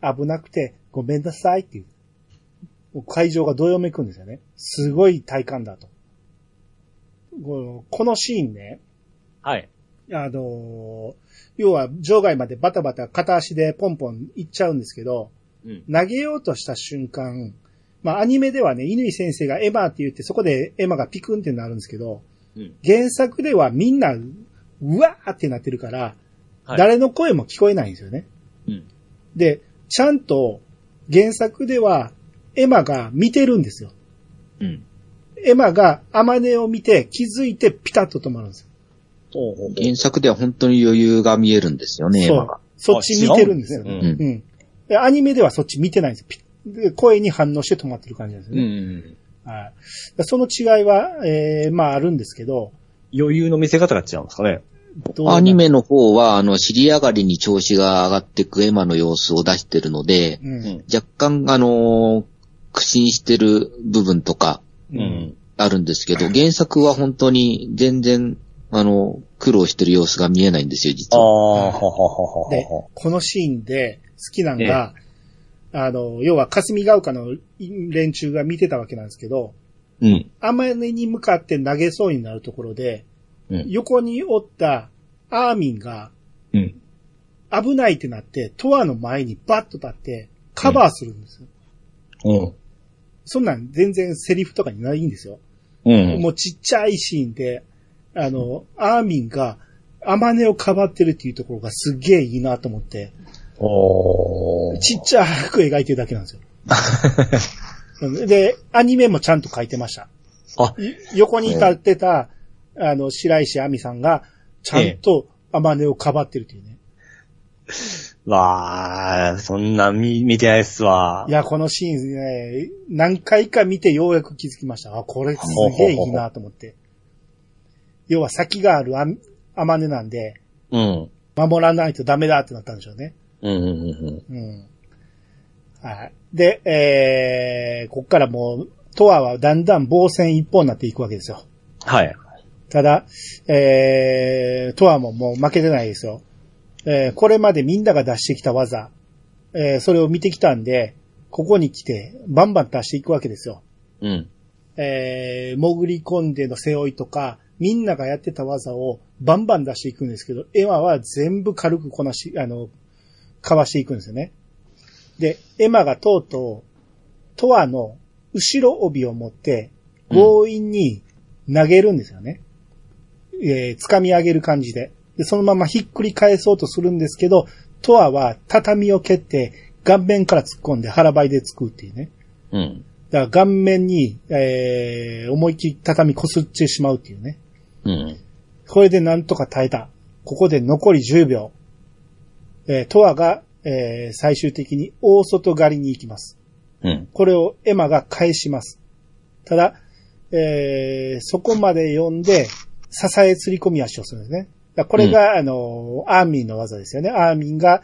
危なくてごめんなさいっていう。もう会場がどよめくんですよね。すごい体感だと。このこのシーンね、
はい。
あのー要は場外までバタバタ片足でポンポン行っちゃうんですけど、
うん。
投げようとした瞬間、まあアニメではね、乾先生がエマって言ってそこでエマがピクンってなるんですけど、
うん。
原作ではみんな、うわーってなってるから、
はい
誰の声も聞こえないんですよね。
うん。
で、ちゃんと原作ではエマが見てるんですよ。
うん。
エマがアマネを見て気づいてピタッと止まるんですよ。
ほうほうほう
原作では本当に余裕が見えるんですよね、エ
そ
マ
う
が。。
そっち見てるんですよ。
あ違う
うん
う
ね
ん。
ん。でアニメではそっち見てないんですよピで。声に反応して止まってる感じなんですよ
う
ね。
ん。
はいだその違いは、えー、まああるんですけど、
余裕の見せ方が違うんですかね。
どうな
アニメの方は、あの、尻上がりに調子が上がってくエマの様子を出してるので、
うん。
若干、あのー苦心してる部分とか
う。
うんん。
あるんですけど、原作は本当に全然、あの、苦労してる様子が見えないんですよ、実
ああ、
は。
はははは
で
は。、
このシーンで好きなのが、あの、要は霞ヶ丘の連中が見てたわけなんですけど、
うん。
あまねに向かって投げそうになるところで、
うん
横におったアーミンが
うん。
危ないってなって、トアの前にバッと立ってカバーするんですよ。
うん。
そんなん全然セリフとかにないんですよ。
うん。
もうちっちゃいシーンで、あの、アーミンがアマネをかばってるっていうところがすっげえいいなと思って、
お ー。
ちっちゃく描いてるだけなんですよ。うんで、アニメもちゃんと書いてました。
あ
い横に立ってた、あの、白石亜美さんが、ちゃんとアマネをかばってるっていうね。
わー、そんな見、見てないっすわ
い。や、このシーンね、何回か見てようやく気づきました。あ、これすげえいいなと思って。要は先があるアミアマネなんで、
うん。
守らないとダメだってなったんでしょうね。
うん。
うん。はい。で、えー、こっからもう、トアはだんだん防戦一方になっていくわけですよ。
はい。
ただ、えー、トアももう負けてないですよ。えー、これまでみんなが出してきた技、えー、それを見てきたんで、ここに来て、バンバン出していくわけですよ。
うん。
えー、潜り込んでの背負いとか、みんながやってた技をバンバン出していくんですけど、エマは全部軽くこなし、あの、かわしていくんですよね。で、エマがとうとう、トアの後ろ帯を持って、強引に投げるんですよね。えー掴み上げる感じで。で、そのままひっくり返そうとするんですけど、トアは畳を蹴って、顔面から突っ込んで腹ばいで突くっていうね。
うん。
だから顔面に、えー、思いっきり畳こすってしまうっていうね。
うん。
これでなんとか耐えた。ここで残り10秒。えー、トアが、えー、最終的に大外狩りに行きます。
うん。
これをエマが返します。ただ、えー、そこまで読んで、支え釣り込み足をするんですね。だからこれが、あの、アーミンの技ですよね。アーミンが、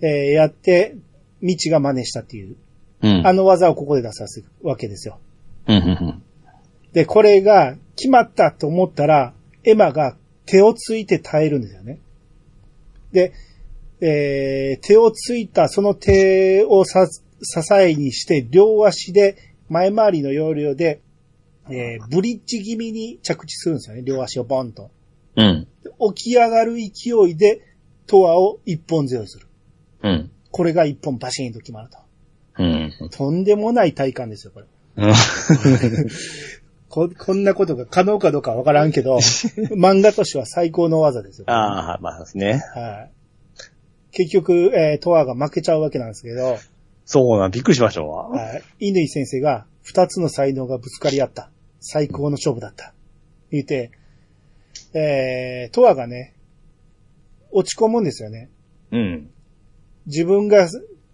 えー、やって、道が真似したっていう、
うん。
あの技をここで出させるわけですよ。
うん。うん。
で、これが決まったと思ったら、エマが手をついて耐えるんですよね。で、えー手をついたその手をさ支えにして、両足で前回りの要領で、えーブリッジ気味に着地するんですよね。両足をボンと。
うん。
で起き上がる勢いで、トアを一本背負いする。
うん。
これが一本バシーンと決まると。
うん。
とんでもない体感ですよ、これ。
うん。
こ、こんなことが可能かどうかわからんけど、漫画としては最高の技ですよ。
ああ、まあですね。
はい。結局、えー、トアが負けちゃうわけなんですけど、
そうなん、びっくりしましたわ。
はい。乾先生が、二つの才能がぶつかり合った。最高の勝負だった。言うて、えー、トアがね、落ち込むんですよね。
うん。
自分が、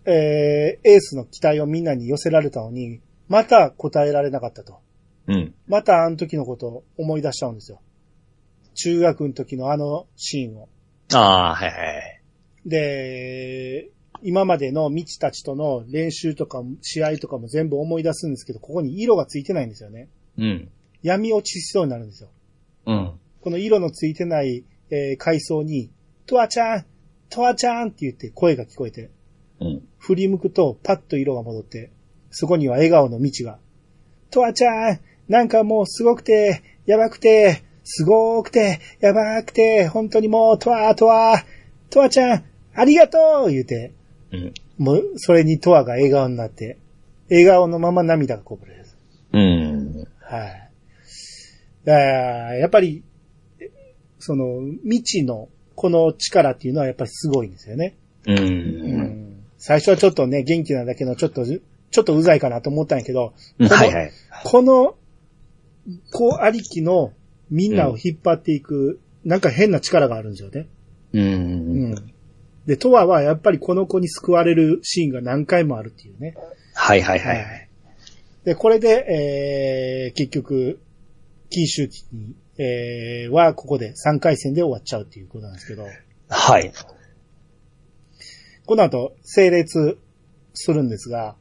えー、エースの期待をみんなに寄せられたのに、また答えられなかったと。
うん。
またあの時のことを思い出しちゃうんですよ。中学の時のあのシーンを。
ああ、はいはい。
で、今までの未知たちとの練習とか試合とかも全部思い出すんですけど、ここに色がついてないんですよね。
うん。
闇落ちしそうになるんですよ。
うん。
この色のついてない、えー階層に、トワちゃんトワちゃんって言って声が聞こえて、
うん。
振り向くとパッと色が戻って、そこには笑顔の未知が、トワちゃんなんかもうすごくて、やばくて、すごくて、やばくて、本当にもうトワトワトワちゃんありがとう言うて、
うん。
もう、それにトアが笑顔になって、笑顔のまま涙がこぼれる。
うん。
はい。だからやっぱり、その、未知のこの力っていうのはやっぱりすごいんですよね。
う。
うんん最初はちょっとね、元気なだけのちょっと、ちょっとうざいかなと思ったんやけど、
はいはい。
この、こうありきのみんなを引っ張っていく、なんか変な力があるんですよね。
う。
うんん。で、トアはやっぱりこの子に救われるシーンが何回もあるっていうね。
はいはいはい。
で、これで、えー、結局、禁周期に、えー、は、ここで3回戦で終わっちゃうっていうことなんですけど、
はい。
この後、整列するんですが、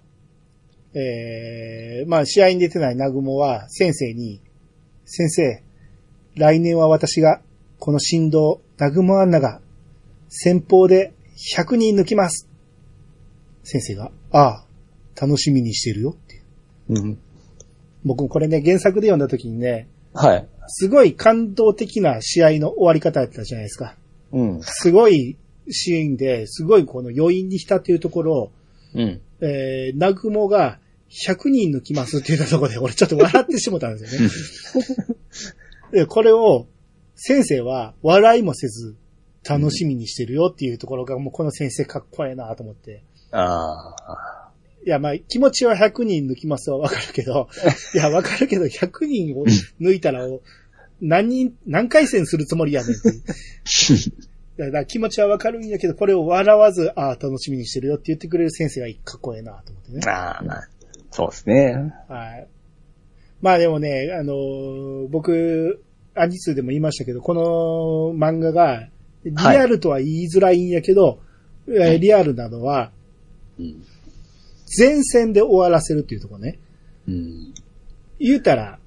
えー、まあ、試合に出てない南雲は、先生に、先生、来年は私が、この振動、南雲アンナが、先方で100人抜きます。先生が、ああ、楽しみにしてるよっていう。
うん。
僕もこれね、原作で読んだ時にね、
はい。
すごい感動的な試合の終わり方だったじゃないですか。
うん。
すごいシーンで、すごいこの余韻に浸っているところ、
うん。
えー、ナグモが100人抜きますって言ったところで、俺ちょっと笑ってしもたんですよね。で、これを、先生は笑いもせず、楽しみにしてるよっていうところが、もうこの先生かっこええなと思って。
ああ。
いや、まあ、気持ちは100人抜きますはわかるけど、いや、わかるけど、100人を抜いたら、何人、何回戦するつもりやねんっていう。だから気持ちはわかるんやけど、これを笑わず、ああ、楽しみにしてるよって言ってくれる先生がかっこええなと思ってね。
ああ、まあ、そうですね。
はい。まあでもね、あのー僕、アニツーでも言いましたけど、この漫画が、リアルとは言いづらいんやけど、えーリアルなのは、
うん。
前線で終わらせるっていうところね。
うん。
言うたら、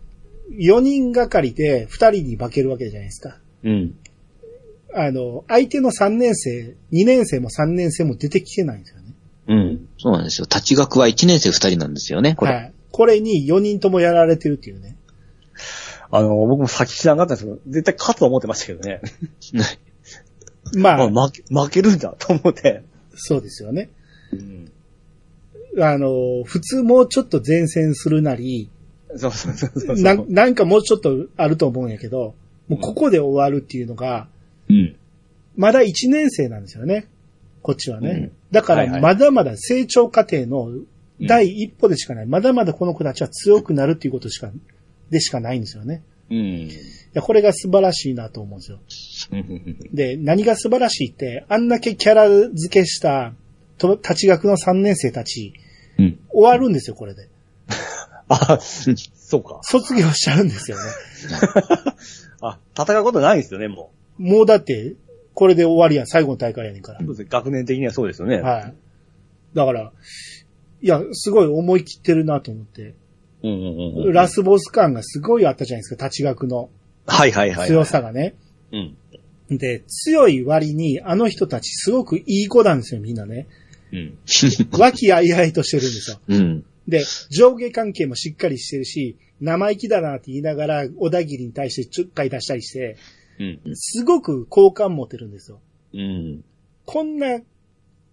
4人がかりで2人に負けるわけじゃないですか。
うん。
あの、相手の3年生、2年生も3年生も出てきてないんですよね。
うん。そうなんですよ。立ち学は1年生2人なんですよね、これ。
はい。これに4人ともやられてるっていうね。
あの、僕も先知らなかったんですけど、絶対勝つと思ってましたけどね。
まあ、
まあ、負け、負けるんだと思って。
そうですよね。
うん。
あの、普通もうちょっと前線するなり、
そうそうそうそう。
なんなんかもうちょっとあると思うんやけど、もうここで終わるっていうのが、
うん。
まだ1年生なんですよね。こっちはね。
うん
だか
はいは
ら、
い
まだまだ成長過程の第一歩でしかない。まだまだこの子たちは強くなるっていうことしか、でしかないんですよね。
うん。
いや、これが素晴らしいなと思うんですよ。で、何が素晴らしいって、あんだけキャラ付けした、と、立ち学の3年生たち、
うん。
終わるんですよ、これで。
あ、そうか。
卒業しちゃうんですよね。
あ、戦うことないですよね、も
もうだって、これで終わりやん、最後の大会やねんから
う。。そうですね学年的にはそうですよね。
はい。だから、いや、すごい思い切ってるなと思って。
うんうんうん。
ラスボス感がすごいあったじゃないですか、立ち学の
はいはいはい。
強さがね。
うん。
で、強い割に、あの人たちすごくいい子なんですよ、みんなね。
うん。
和気あいあいとしてるんですよ。
うん。
で、上下関係もしっかりしてるし、生意気だなって言いながら、小田切に対してちょっかい出したりして、
うん。
すごく好感持てるんですよ。
うん。
こんな、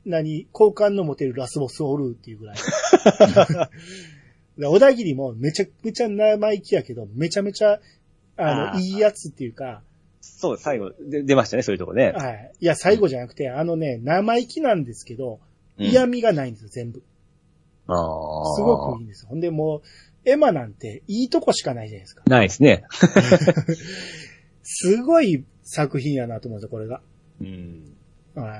何、好感の持てるラスボスおるっていう ぐらい。で小田切もめちゃくちゃ生意気やけど、めちゃめちゃ、あ
あ
の、
ー
いいやつっていうか、
そう、最後、で出ましたね、そういうとこね。
はい。いや、最後じゃなくて、あのね、生意気なんですけど、嫌味がないんですよ、全部。
ああ。
すごくいいんですよ。ほんでもう、エマなんていいとこしかないじゃないですか。
ないですね。
すごい作品やなと思うんですよ、これが。
うん。
は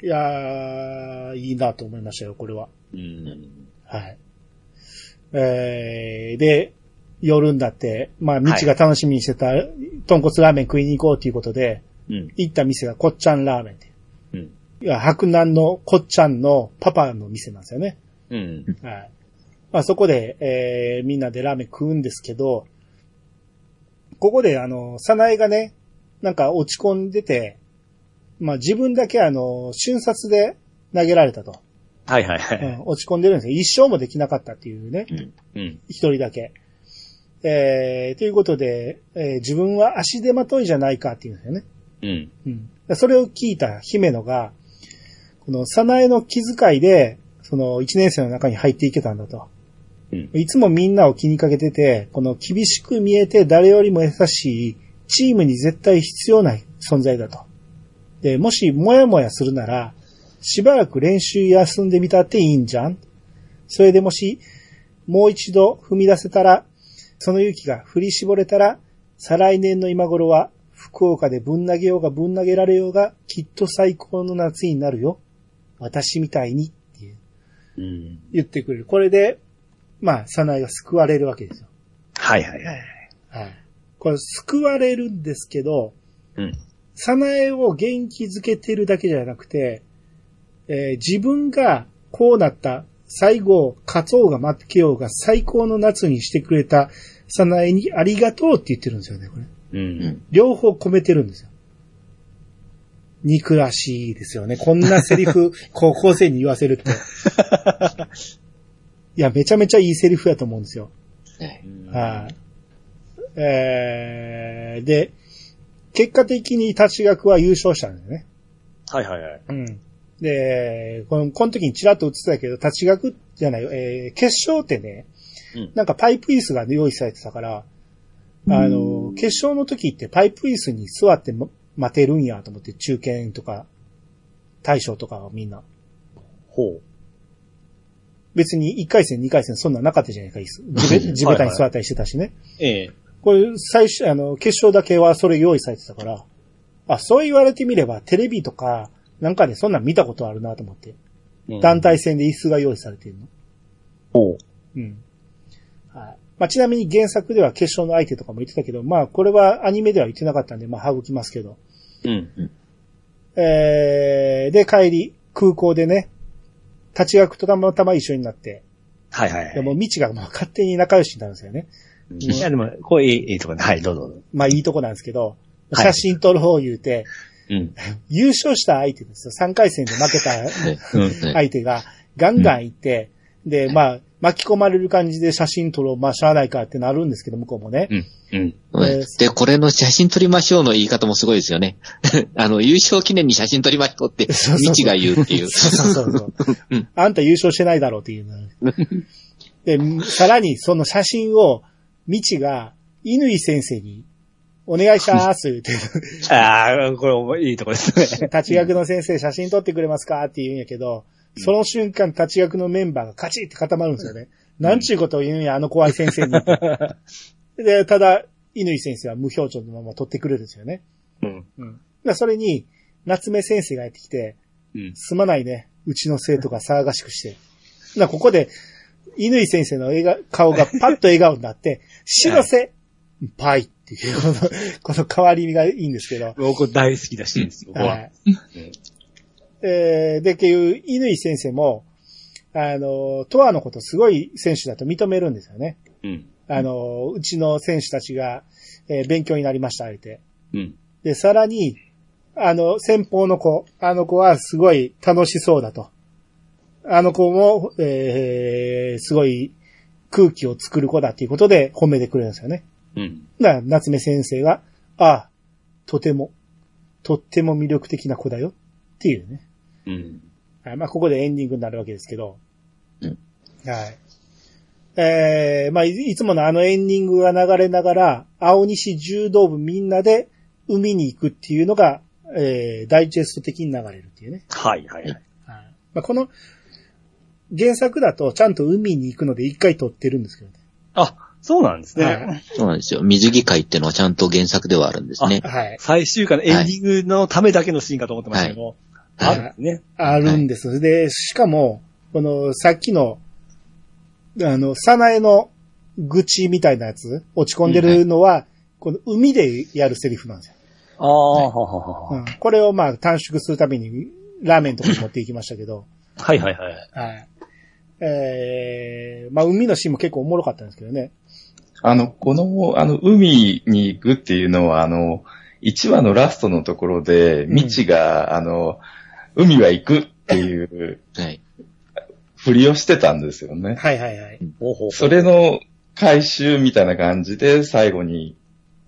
い。いやー、いいなと思いましたよ、これは。
うん。
はい。えー、で、夜になって、まあ、みちが楽しみにしてた、豚骨ラーメン食いに行こうということで、
うん。
行った店がこっちゃんラーメンで。
うん。
いや、白南のこっちゃんのパパの店なんですよね。
うん。
はい。まあ、そこで、えー、みんなでラーメン食うんですけど、ここで、あの、さなえがね、なんか落ち込んでて、まあ、自分だけあの、瞬殺で投げられたと。
はいはい
うん
はい。
落ち込んでるんですよ。一生もできなかったっていうね。
うん。
一人だけ。えー、ということで、えー自分は足手まといじゃないかっていうんですよね。
うん。
うん。それを聞いた姫野が、この、さなえの気遣いで、その、一年生の中に入っていけたんだと。
うん
いつもみんなを気にかけてて、この厳しく見えて誰よりも優しい、チームに絶対必要な存在だと。で、もし、もやもやするなら、しばらく練習休んでみたっていいんじゃんそれでもし、もう一度踏み出せたら、その勇気が振り絞れたら、再来年の今頃は、福岡でぶん投げようがぶん投げられようが、きっと最高の夏になるよ。私みたいに、っていう
うん。
言ってくれる。これで、まあ、サナイが救われるわけですよ。
はいはいはい。
はい。これ救われるんですけど、
うん。
サナエを元気づけてるだけじゃなくて、えー自分がこうなった、最後、勝とうが負けようが最高の夏にしてくれたサナエにありがとうって言ってるんですよね、これ。
うん。
両方込めてるんですよ。憎らしいですよね。こんなセリフ、高校生に言わせるって。いや、めちゃめちゃいいセリフやと思うんですよ。はい、えー、で、結果的に立ち学は優勝したんだよね。
はいはいはい。
うん。で、この、この時にちらっと映ってたけど、立ち学じゃない、えー、決勝ってね、
うん
なんかパイプ椅子が用意されてたから、あの、決勝の時ってパイプ椅子に座っても待てるんやと思って、中堅とか、大将とかはみんな。
ほう。
別に1回戦、2回戦そんなんなかったじゃないか、椅子。地べ地べたに座ったりしてたしね。
ええ。
これ、最初、あの、決勝だけはそれ用意されてたから、あ、そう言われてみれば、テレビとか、なんかでそんなん見たことあるなと思って。団体戦で椅子が用意されてるの。
ほう。
うん。はい。まあ、ちなみに原作では決勝の相手とかも言ってたけど、まあ、これはアニメでは言ってなかったんで、まあ、省きますけど。
うん。
えー、で、帰り、空港でね、立ち学とたまたま一緒になって、
はいはいはい。
でも、未知がもう勝手に仲良しになるんですよね。
いや、でも、こういい、いいとこね。はい、どうぞ。
まあいいとこなんですけど、
はい
写真撮る方言うて、
うん。
優勝した相手ですよ。3回戦で負けた
ねうんね
相手がガンガン行って、で、まあ、巻き込まれる感じで写真撮ろう、まあ、しゃあないかってなるんですけど、向こうもね。
うん。うん。
ねで、これの写真撮りましょうの言い方もすごいですよね。 あの、優勝記念に写真撮りましょうって、
そうそう
未知が言うっていう。
そうそうそう そう。あんた優勝してないだろうっていうの。で、さらにその写真を、未知が、乾先生に、お願いし ますって言って、
ああ、これ、いいとこですね。
立学の先生写真撮ってくれますかって言うんやけど、その瞬間立学のメンバーがカチッって固まるんですよね。なんちゅうことを言うんや、あの怖い先 生に。で、ただ、乾先生は無表情のまま撮ってくれるんですよね。
うん。
うん。だからそれに、夏目先生がやってきて、
うん。
すまないね。うちの生徒が騒がしくして。な、ここで、乾先生の笑顔顔がパッと笑顔になって、白瀬、パイっていう、 この、この変わり身がいいんですけど。
僕大好きだシーンです、ここ
は
は。
い。えー、で、けいう、乾先生も、あの、トアのことすごい選手だと認めるんですよね。
うん。
あの、うちの選手たちが、えー勉強になりました、言うて。
うん。
で、さらに、あの、先方の子、あの子はすごい楽しそうだと。あの子も、えー、すごい空気を作る子だっていうことで褒めてくれるんですよね。
うん。
な、夏目先生が、ああ、とても、とっても魅力的な子だよっていうね。
うん。
はい、まあ、ここでエンディングになるわけですけど。
うん
はい。えー、まあ、いいつものあのエンディングが流れながら、青西柔道部みんなで海に行くっていうのが、えー、ダイジェスト的に流れるっていうね。
はい、はい、は
は
い。
い。まあ、この、原作だとちゃんと海に行くので一回撮ってるんですけどね。
あ、そうなんです
は
ね。
そうなんですよ。水着会っていうのはちゃんと原作ではあるんですね。
はい。
最終回のエンディングのためだけのシーンかと思ってましたけど。
はい
あるんですね。
あるんです。で、しかも、この、さっきの、あの、サナエの愚痴みたいなやつ、落ち込んでるのは、この海でやるセリフなんですよ。
ああ、はは
う
は。
ん、これをまあ短縮するために、ラーメンとかに持っていきましたけど、
はい、はい、はい。
はい。えー、まあ海のシーンも結構おもろかったんですけどね。
あの、この、あの、海に行くっていうのは、あの、1話のラストのところで、
ん
未知が、あの、海は行くっていう
はい。
ふりをしてたんですよね。
はいはいはい。
ほうほう
それの回収みたいな感じで、最後に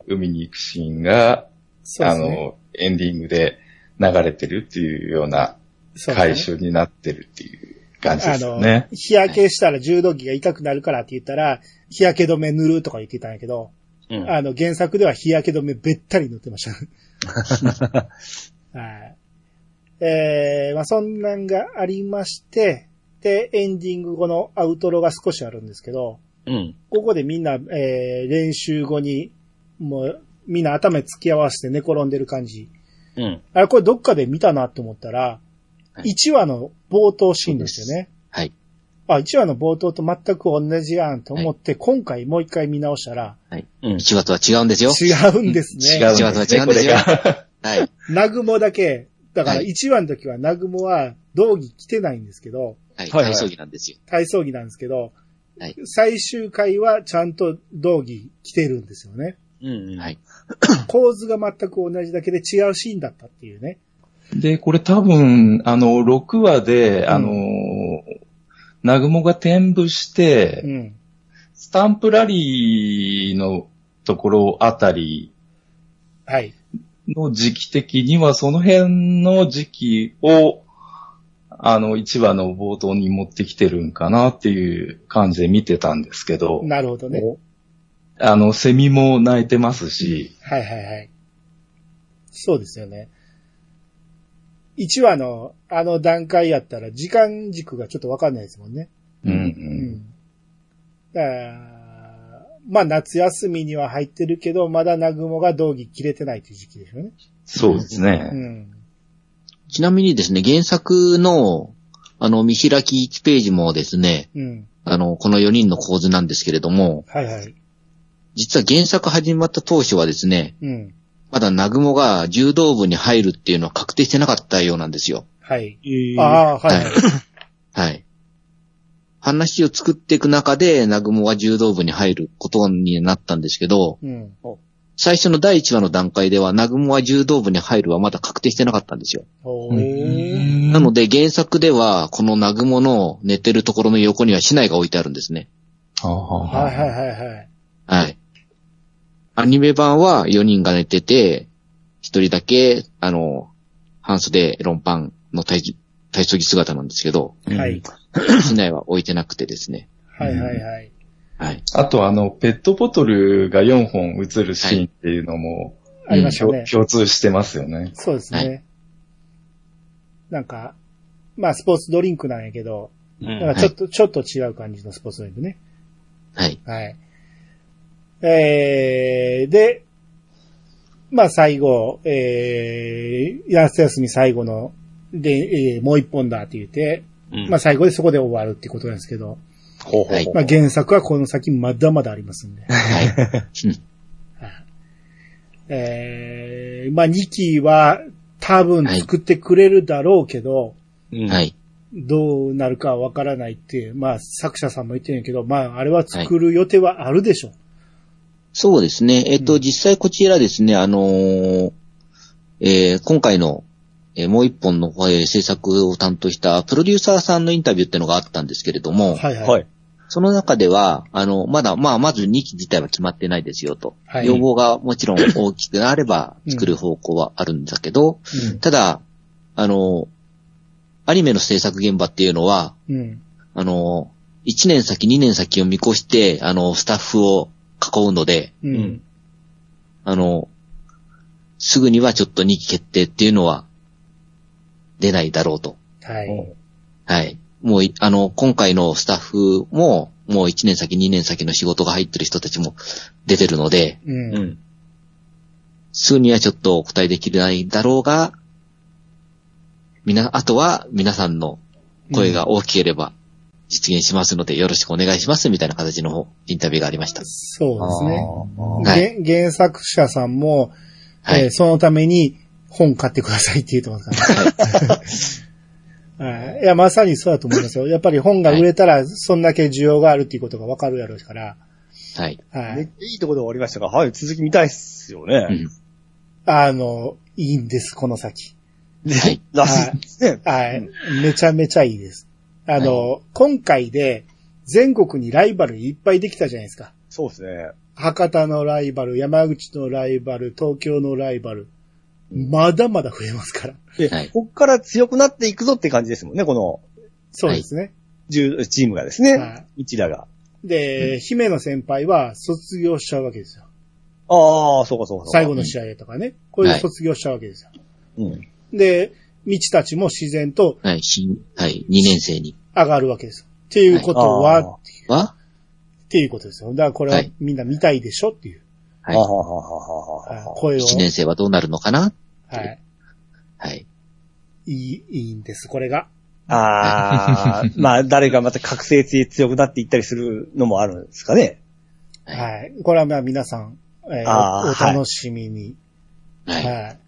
海に行くシーンが、
そうで
あ
すね。
の、エンディングで流れてるっていうような
そうですね
回収になってるっていう感じですよね。
日焼けしたら柔道着が痛くなるからって言ったら、日焼け止め塗るとか言ってたんやけど、
うん
あの、原作では日焼け止めべったり塗ってました。はい。えー、まあそんなんがありまして、で、エンディング後のアウトロが少しあるんですけど、
うん。
ここでみんな、えー、練習後に、もう、みんな頭突き合わせて寝転んでる感じ。
うん。
あれ、これどっかで見たなと思ったら、1話の冒頭シーンですよね。
はい。
あ、1話の冒頭と全く同じやんと思って、今回もう一回見直したら、
うん。
1話とは違うんですよ。
違うんですね。
違うんです
違
ね、
うん
こ
です
れ
よ
が。
はい。
ナグモだけ、だから
はい
1話の時はナグモは道着着てないんですけど、
はい。
はいはい
体操着なんですよ。
体操着なんですけど、
はい
最終回はちゃんと道着着てるんですよね。
うん。
はい。
構図が全く同じだけで違うシーンだったっていうね。
で、これ多分、あの、6話で、あの、南雲が転部して、
うん。
スタンプラリーのところあたり
はい。
の時期的には、その辺の時期を、あの、1話の冒頭に持ってきてるんかなっていう感じで見てたんですけど、
なるほどね。
あの、セミも鳴いてますし、
はいはいはい。そうですよね。1話のあの段階やったら時間軸がちょっとわかんないですもんね。
うんう。
うんん。だからまあ夏休みには入ってるけど、まだナグモが道着切れてないという時期でしょうね。
そうです
う
ね。
ん。
ちなみにですね、原作の、あの、見開き1ページもですね、
うん。
あの、この4人の構図なんですけれども、
はいはい。
実は原作始まった当初はですね、
うん。
まだナグモが柔道部に入るっていうのは確定してなかったようなんですよ。
はい。
えー
ああ、はいはい。
はい。話を作っていく中で、南雲が柔道部に入ることになったんですけど、
うん。
最初の第1話の段階では、南雲は柔道部に入るはまだ確定してなかったんですよ。
お
う
ー。
ん
なので、原作では、この南雲の寝てるところの横には市内が置いてあるんですね。
ああ
はいはいはいはい。
はい。アニメ版は4人が寝てて、1人だけ、あの、半袖ロンパンの体重体操着姿なんですけど、
はい。
市内は置いてなくてですね。
はいはいはい。
はい。
あとあの、ペットボトルが4本映るシーンっていうのも、
ありました
共
ね。
共通してますよね。
そうです
は
ね。なんか、まあスポーツドリンクなんやけど、
う
なん
ん
かちょっと、ちょっと違う感じのスポーツドリンクね。
はい。
はい。えー、で、まあ最後、えー、夏休み最後の、で、えーもう一本だって言って、
うん
まあ最後でそこで終わるってことなんですけど、
ほうほう
はい
ほう
まあ原作はこの先まだまだありますんで。
はい。うん
えー、まあ2期は多分作ってくれるだろうけど、
うん
はい。
どうなるかはわからないって、まあ作者さんも言ってんやけど、まああれは作る予定はあるでしょう。
そうですね。えっ、と、
うん
実際こちらですね、あのーえー今回の、えーもう一本の、えー制作を担当したプロデューサーさんのインタビューってのがあったんですけれども、
はいはい。
はい。
その中では、あの、まだ、まあ、まず2期自体は決まってないですよと。
はい
要望がもちろん大きくなれば
うん
作る方向はあるんだけど、
うん
ただ、あの、アニメの制作現場っていうのは、
うん。
あの、1年先、2年先を見越して、あの、スタッフを囲うので、
う
うんん。
あの、すぐにはちょっと2期決定っていうのは出ないだろうと。
はい。
はい。もうい、あの、今回のスタッフも、もう1年先、2年先の仕事が入ってる人たちも出てるので、
うん。
うん。
すぐにはちょっとお答えできないだろうが、みな、あとは皆さんの声が大きければ実現しますので、よろしくお願いしますみたいな形の方インタビューがありました。
そうですね。
ね。
は
原原作者さんも、
はい。
えーそのために本買ってくださいって言ってますから、ねはい。いや、まさにそうだと思いますよ。やっぱり本が売れたら、そんだけ需要があるっていうことがわかるやろうから、
はい。
は
め
い。
っちゃいいところで終わりましたが、はい、続き見たいっすよね。
うん
あの、いいんです、この先。
はい。
らしいですね。
はい。めちゃめちゃいいです。あの、今回で、全国にライバルいっぱいできたじゃないですか。
そうですね。
博多のライバル、山口のライバル、東京のライバル。まだまだ増えますから。
で、
はい
こっから強くなっていくぞって感じですもんね、この
そうですね。
10チームがですね。
は
一打が。
で、姫野先輩は卒業しちゃうわけですよ。
ああ、そうかそうかそうか。
最後の試合とかね。これで卒業しちゃうわけですよ。
うん。
で、道たちも自然と
はい。新、はい。2年生に
上がるわけですよ。っていうことは、
あ
は、
っていうことですよ。だからこれ
は
はいみんな見たいでしょっていう、
あー
はい
は。はははは
あ
は。
声を。
1年生はどうなるのかな
はい。
はい。
いい、いいんです、これが。
ああ、まあ、誰がまた覚醒強強くなっていったりするのもあるんですかね。
はい
はい。これはまあ皆さん、えー
あー
おお楽しみに。
はい。
はい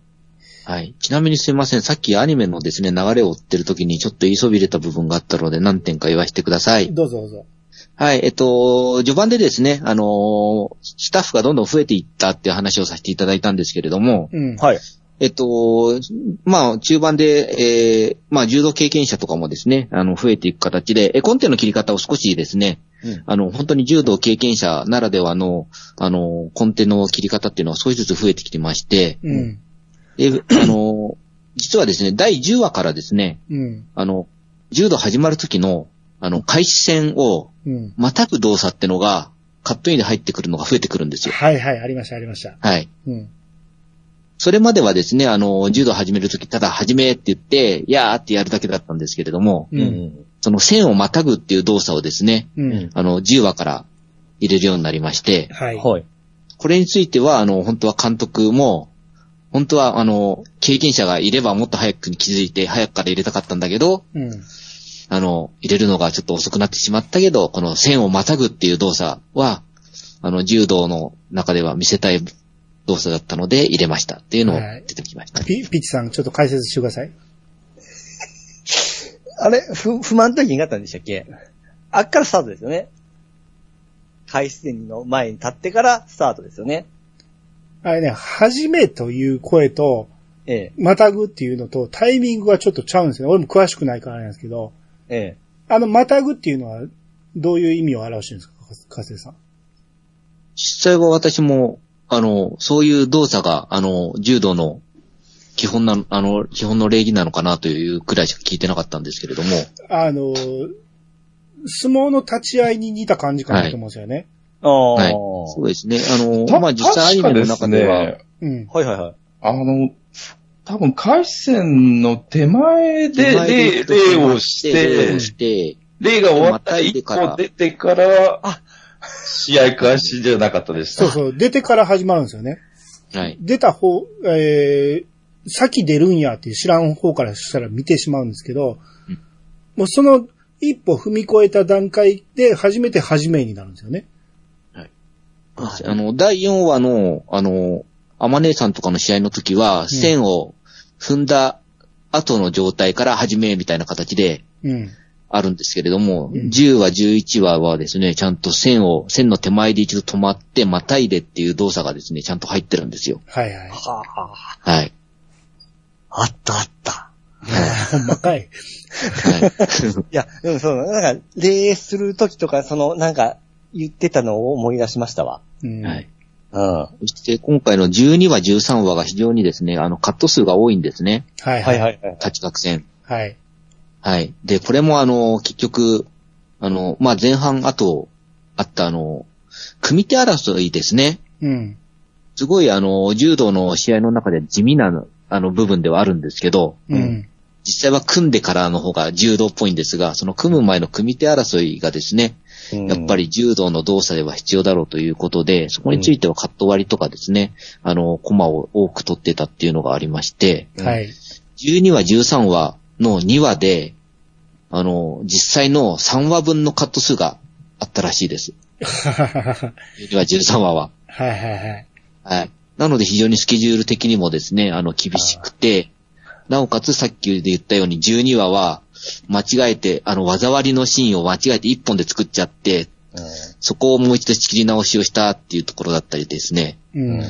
はい。ちなみにすいません。さっきアニメのですね、流れを追ってる時にちょっと言いそびれた部分があったので何点か言わせてください。
どうぞどうぞ。
はい。えっと、序盤でですね、あのースタッフがどんどん増えていったっていう話をさせていただいたんですけれども、
うん。
はい。
えっと、まあ、中盤で、えーまあ、柔道経験者とかもですね、あの、増えていく形で、絵コンテの切り方を少しですね、
うん
あの、本当に柔道経験者ならではの、あの、コンテの切り方っていうのは少しずつ増えてきてまして、
うん。
で、あの、実はですね、第10話からですね、
うん。
あの、柔道始まる時の、あの、開始戦を、
うん。
またぐ動作ってのが、カットインで入ってくるのが増えてくるんですよ。
はいはい、ありました、ありました。
はい。
うん。
それまではですね、あの、柔道始めるとき、ただ始めって言って、やーってやるだけだったんですけれども、
う。
うんん。
その線をまたぐっていう動作をですね、
うん。
あの、10話から入れるようになりまして、
はい。
はい。
これについては、あの、本当は監督も、本当は、あの、経験者がいればもっと早くに気づいて、早くから入れたかったんだけど、
うん。
あの、入れるのがちょっと遅くなってしまったけど、この線をまたぐっていう動作は、あの、柔道の中では見せたい動作だったので入れましたっていうのを
はい
出てきました。
ピ、ピッチさん、ちょっと解説してください。
あれ、不、不満点があったんでしたっけあっからスタートですよね。開始点の前に立ってからスタートですよね。
あれね、はじめという声と、
ええ、
またぐっていうのと、タイミングがちょっとちゃうんですよね。俺も詳しくないからあれなんですけど、
ええ。
あの、またぐっていうのは、どういう意味を表してるんですか、かかせさん。
実際は私も、あの、そういう動作が、あの、柔道の基本な、あの、基本の礼儀なのかなというくらいしか聞いてなかったんですけれども、
あの、相撲の立ち合いに似た感じかなと思うんですよね。
ああ、
はい
は
そうですね。あの、
た
まあ、実際アニメの中では、
確かすね
うん。
いはいはい。
あの、多分、海鮮の手前で、
手前で
例
行くと
例をし
礼
て
を、して、
例が終わったら
またいで
一
から
個出てから
あ、
試合開始じゃなかったでした。
そうそう、出てから始まるんですよね。
はい。
出た方、えー、先出るんやって知らん方からしたら見てしまうんですけど、
うん
もうその一歩踏み越えた段階で初めて始めになるんですよね。
あの、第4話の、あの、アマネさんとかの試合の時は、線を踏んだ後の状態から始めみたいな形で
うん。
あるんですけれども、
うん
10話、11話はですね、ちゃんと線を、線の手前で一度止まって、またいでっていう動作がですね、ちゃんと入ってるんですよ。
はい はい。
はあ、
はい。
あったあった。
ほんまかい。
はい。
いや、でもそう、なんか、礼するときとか、その、なんか、言ってたのを思い出しましたわ。
うん。
はい。
うん。
そして、今回の12話、13話が非常にですね、あの、カット数が多いんですね。
はい
は
はいい。
はいはい。
立ち学戦。
はい。
はい。で、これもあの、結局、あの、まあ、前半あと、あったあの、組手争いですね。
うん。
すごいあの、柔道の試合の中で地味な、あの、部分ではあるんですけど、
う
うんん。
実際は組んでからの方が柔道っぽいんですが、その組む前の組手争いがですね、やっぱ
り。
り柔道の動作では必要だろうということで、そこについてはカット割りとかですね、あの、コマを多く取ってたっていうのがありまして、
はい。
12話、13話の2話で、あの、実際の3話分のカット数があったらしいです。
は
12話、13話は。
いはいはい。
はい。なので非常にスケジュール的にもですね、あの、厳しくて、なおかつさっきで言ったように12話は、間違えて、あの、技りのシーンを間違えて1本で作っちゃって、そこをもう一度仕切り直しをしたっていうところだったりですね、
うん。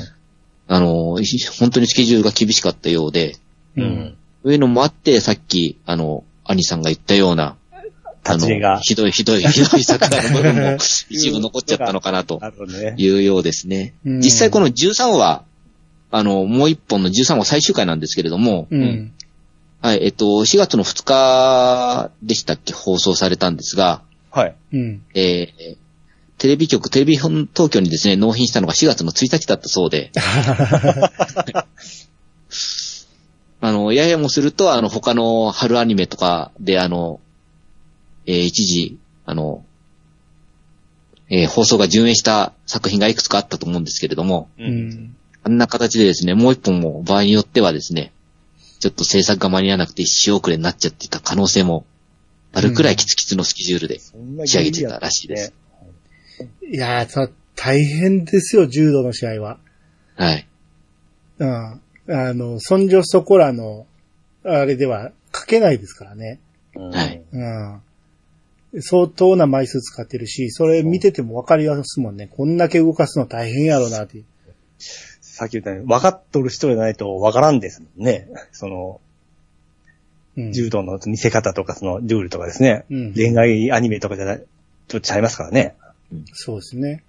あの、ひ本当にスケジュールが厳しかったようで、
う
う。
ん。
うんん。
そういうのもあって、さっき、あの、兄さんが言ったような、
立ち絵
あ
が
の。ひどいひどい、ひどい魚の部分も一部残っちゃったの かなと
なるほどね。
いうようですね。
うん
実際この13話、あの、もう一本の13話最終回なんですけれども、
うん。
はい、えっと、4月の2日でしたっけ、放送されたんですが、
はい。
うん。
えーテレビ局、テレビ本東京にですね、納品したのが4月の1日だったそうで、 あの、ややもすると、あの、他の春アニメとかで、あの、えー一時、あの、えー放送が順延した作品がいくつかあったと思うんですけれども、
う
う。ん。
あんな形でですね、もう一本も場合によってはですね、ちょっと制作が間に合わなくて一週遅れになっちゃっていた可能性もあるくらいキツキツのスケジュールで。
そんな
仕上げてたらしいです。
いやー、そう大変ですよ、柔道の試合は。
はい。
うん。あの、そんじょそこらの、あれでは書けないですからね。
はい。
うん。相当な枚数使ってるし、それ見ててもわかりますもんね。こんだけ動かすの大変やろうなっていう。
さっき言ったように、分かっとる人じゃないと分からんですもんね。その、
うん。
柔道の見せ方とか、その、ルールとかですね。
うん
恋愛アニメとかじゃない、ちょっとちゃいますからね。
そうですね。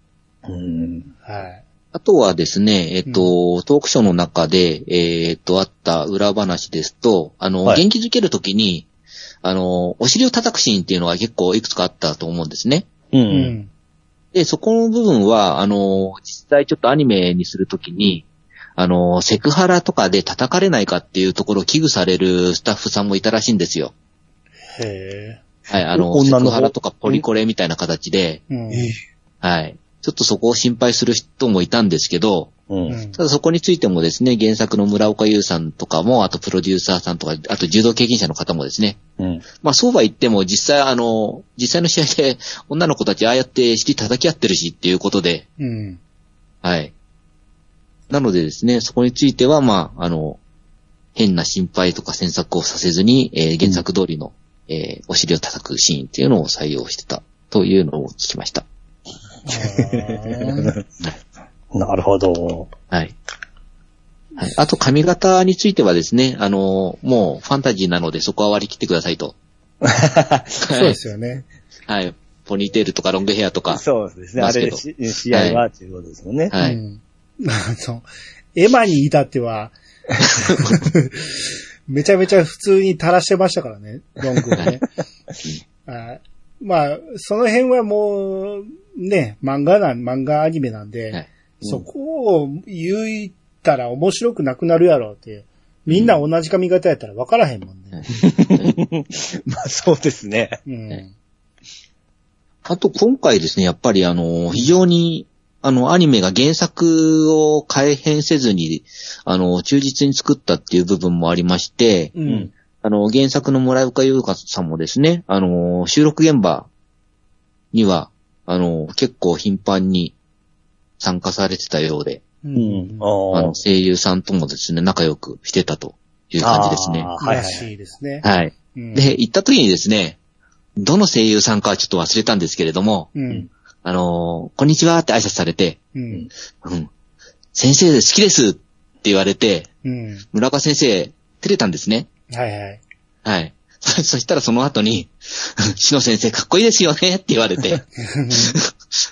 うん。
はい。
あとはですね、えっと、トークショーの中で、えーっと、あった裏話ですと、あの、
はい
元気づけるときに、あの、お尻を叩くシーンっていうのが結構いくつかあったと思うんですね。
う。
うんん。
で、そこの部分は、あの、実際ちょっとアニメにするときに、あの、セクハラとかで叩かれないかっていうところを危惧されるスタッフさんもいたらしいんですよ。
へ
はい、あの、セ
女の方
クハラとかポリコレみたいな形で、
え。うん。
はい。ちょっとそこを心配する人もいたんですけど、
う。
うんん
ただそこについてもですね、原作の村岡優さんとかも、あとプロデューサーさんとか、あと柔道経験者の方もですね、
うん。
まあそうは言っても実際あの、実際の試合で女の子たちああやって尻叩き合ってるしっていうことで、
うん。
はい。なのでですね、そこについては、まあ、あの、変な心配とか詮索をさせずに、えー原作通りの、えーお尻を叩くシーンっていうのを採用してたというのを聞きました。
なるほど。
はい。はい。あと髪型についてはですね、あのーもうファンタジーなのでそこは割り切ってくださ いと。
そうですよね。
はい。ポニーテールとかロングヘアとか。
そうですね。
ま
あ
すけ
れ
ど
でし試合はということですもんね。
は
う
い。
んあの、エマに至っては、めちゃめちゃ普通に垂らしてましたからね、ロングをね。 あまあ、その辺はもう、ね、漫画なん、漫画アニメなんで、
はい
そこを言いたら面白くなくなるやろうって、みんな同じ髪型やったら分からへんもんね。
まあそうですね。
うん。
あと今回ですね、やっぱりあのー非常に、あの、アニメが原作を改変せずに、あの、忠実に作ったっていう部分もありまして、
うん。
あの、原作の村岡優香さんもですね、あの、収録現場には、あの、結構頻繁に参加されてたようで、
う
うん。
あ
あ
の、声優さんともですね、仲良くしてたという感じですね。
あーはい
ら
はい。
しいですね。
はい。
うん
で、行った時にですね、どの声優さんかはちょっと忘れたんですけれども、
うん。
あの、こんにちはって挨拶されて、
うん。
うん、先生好きですって言われて、
うん。
村岡先生、照れたんですね。
はいはい。
はい。そ そしたらその後に、 しの先生かっこいいですよねって言われて、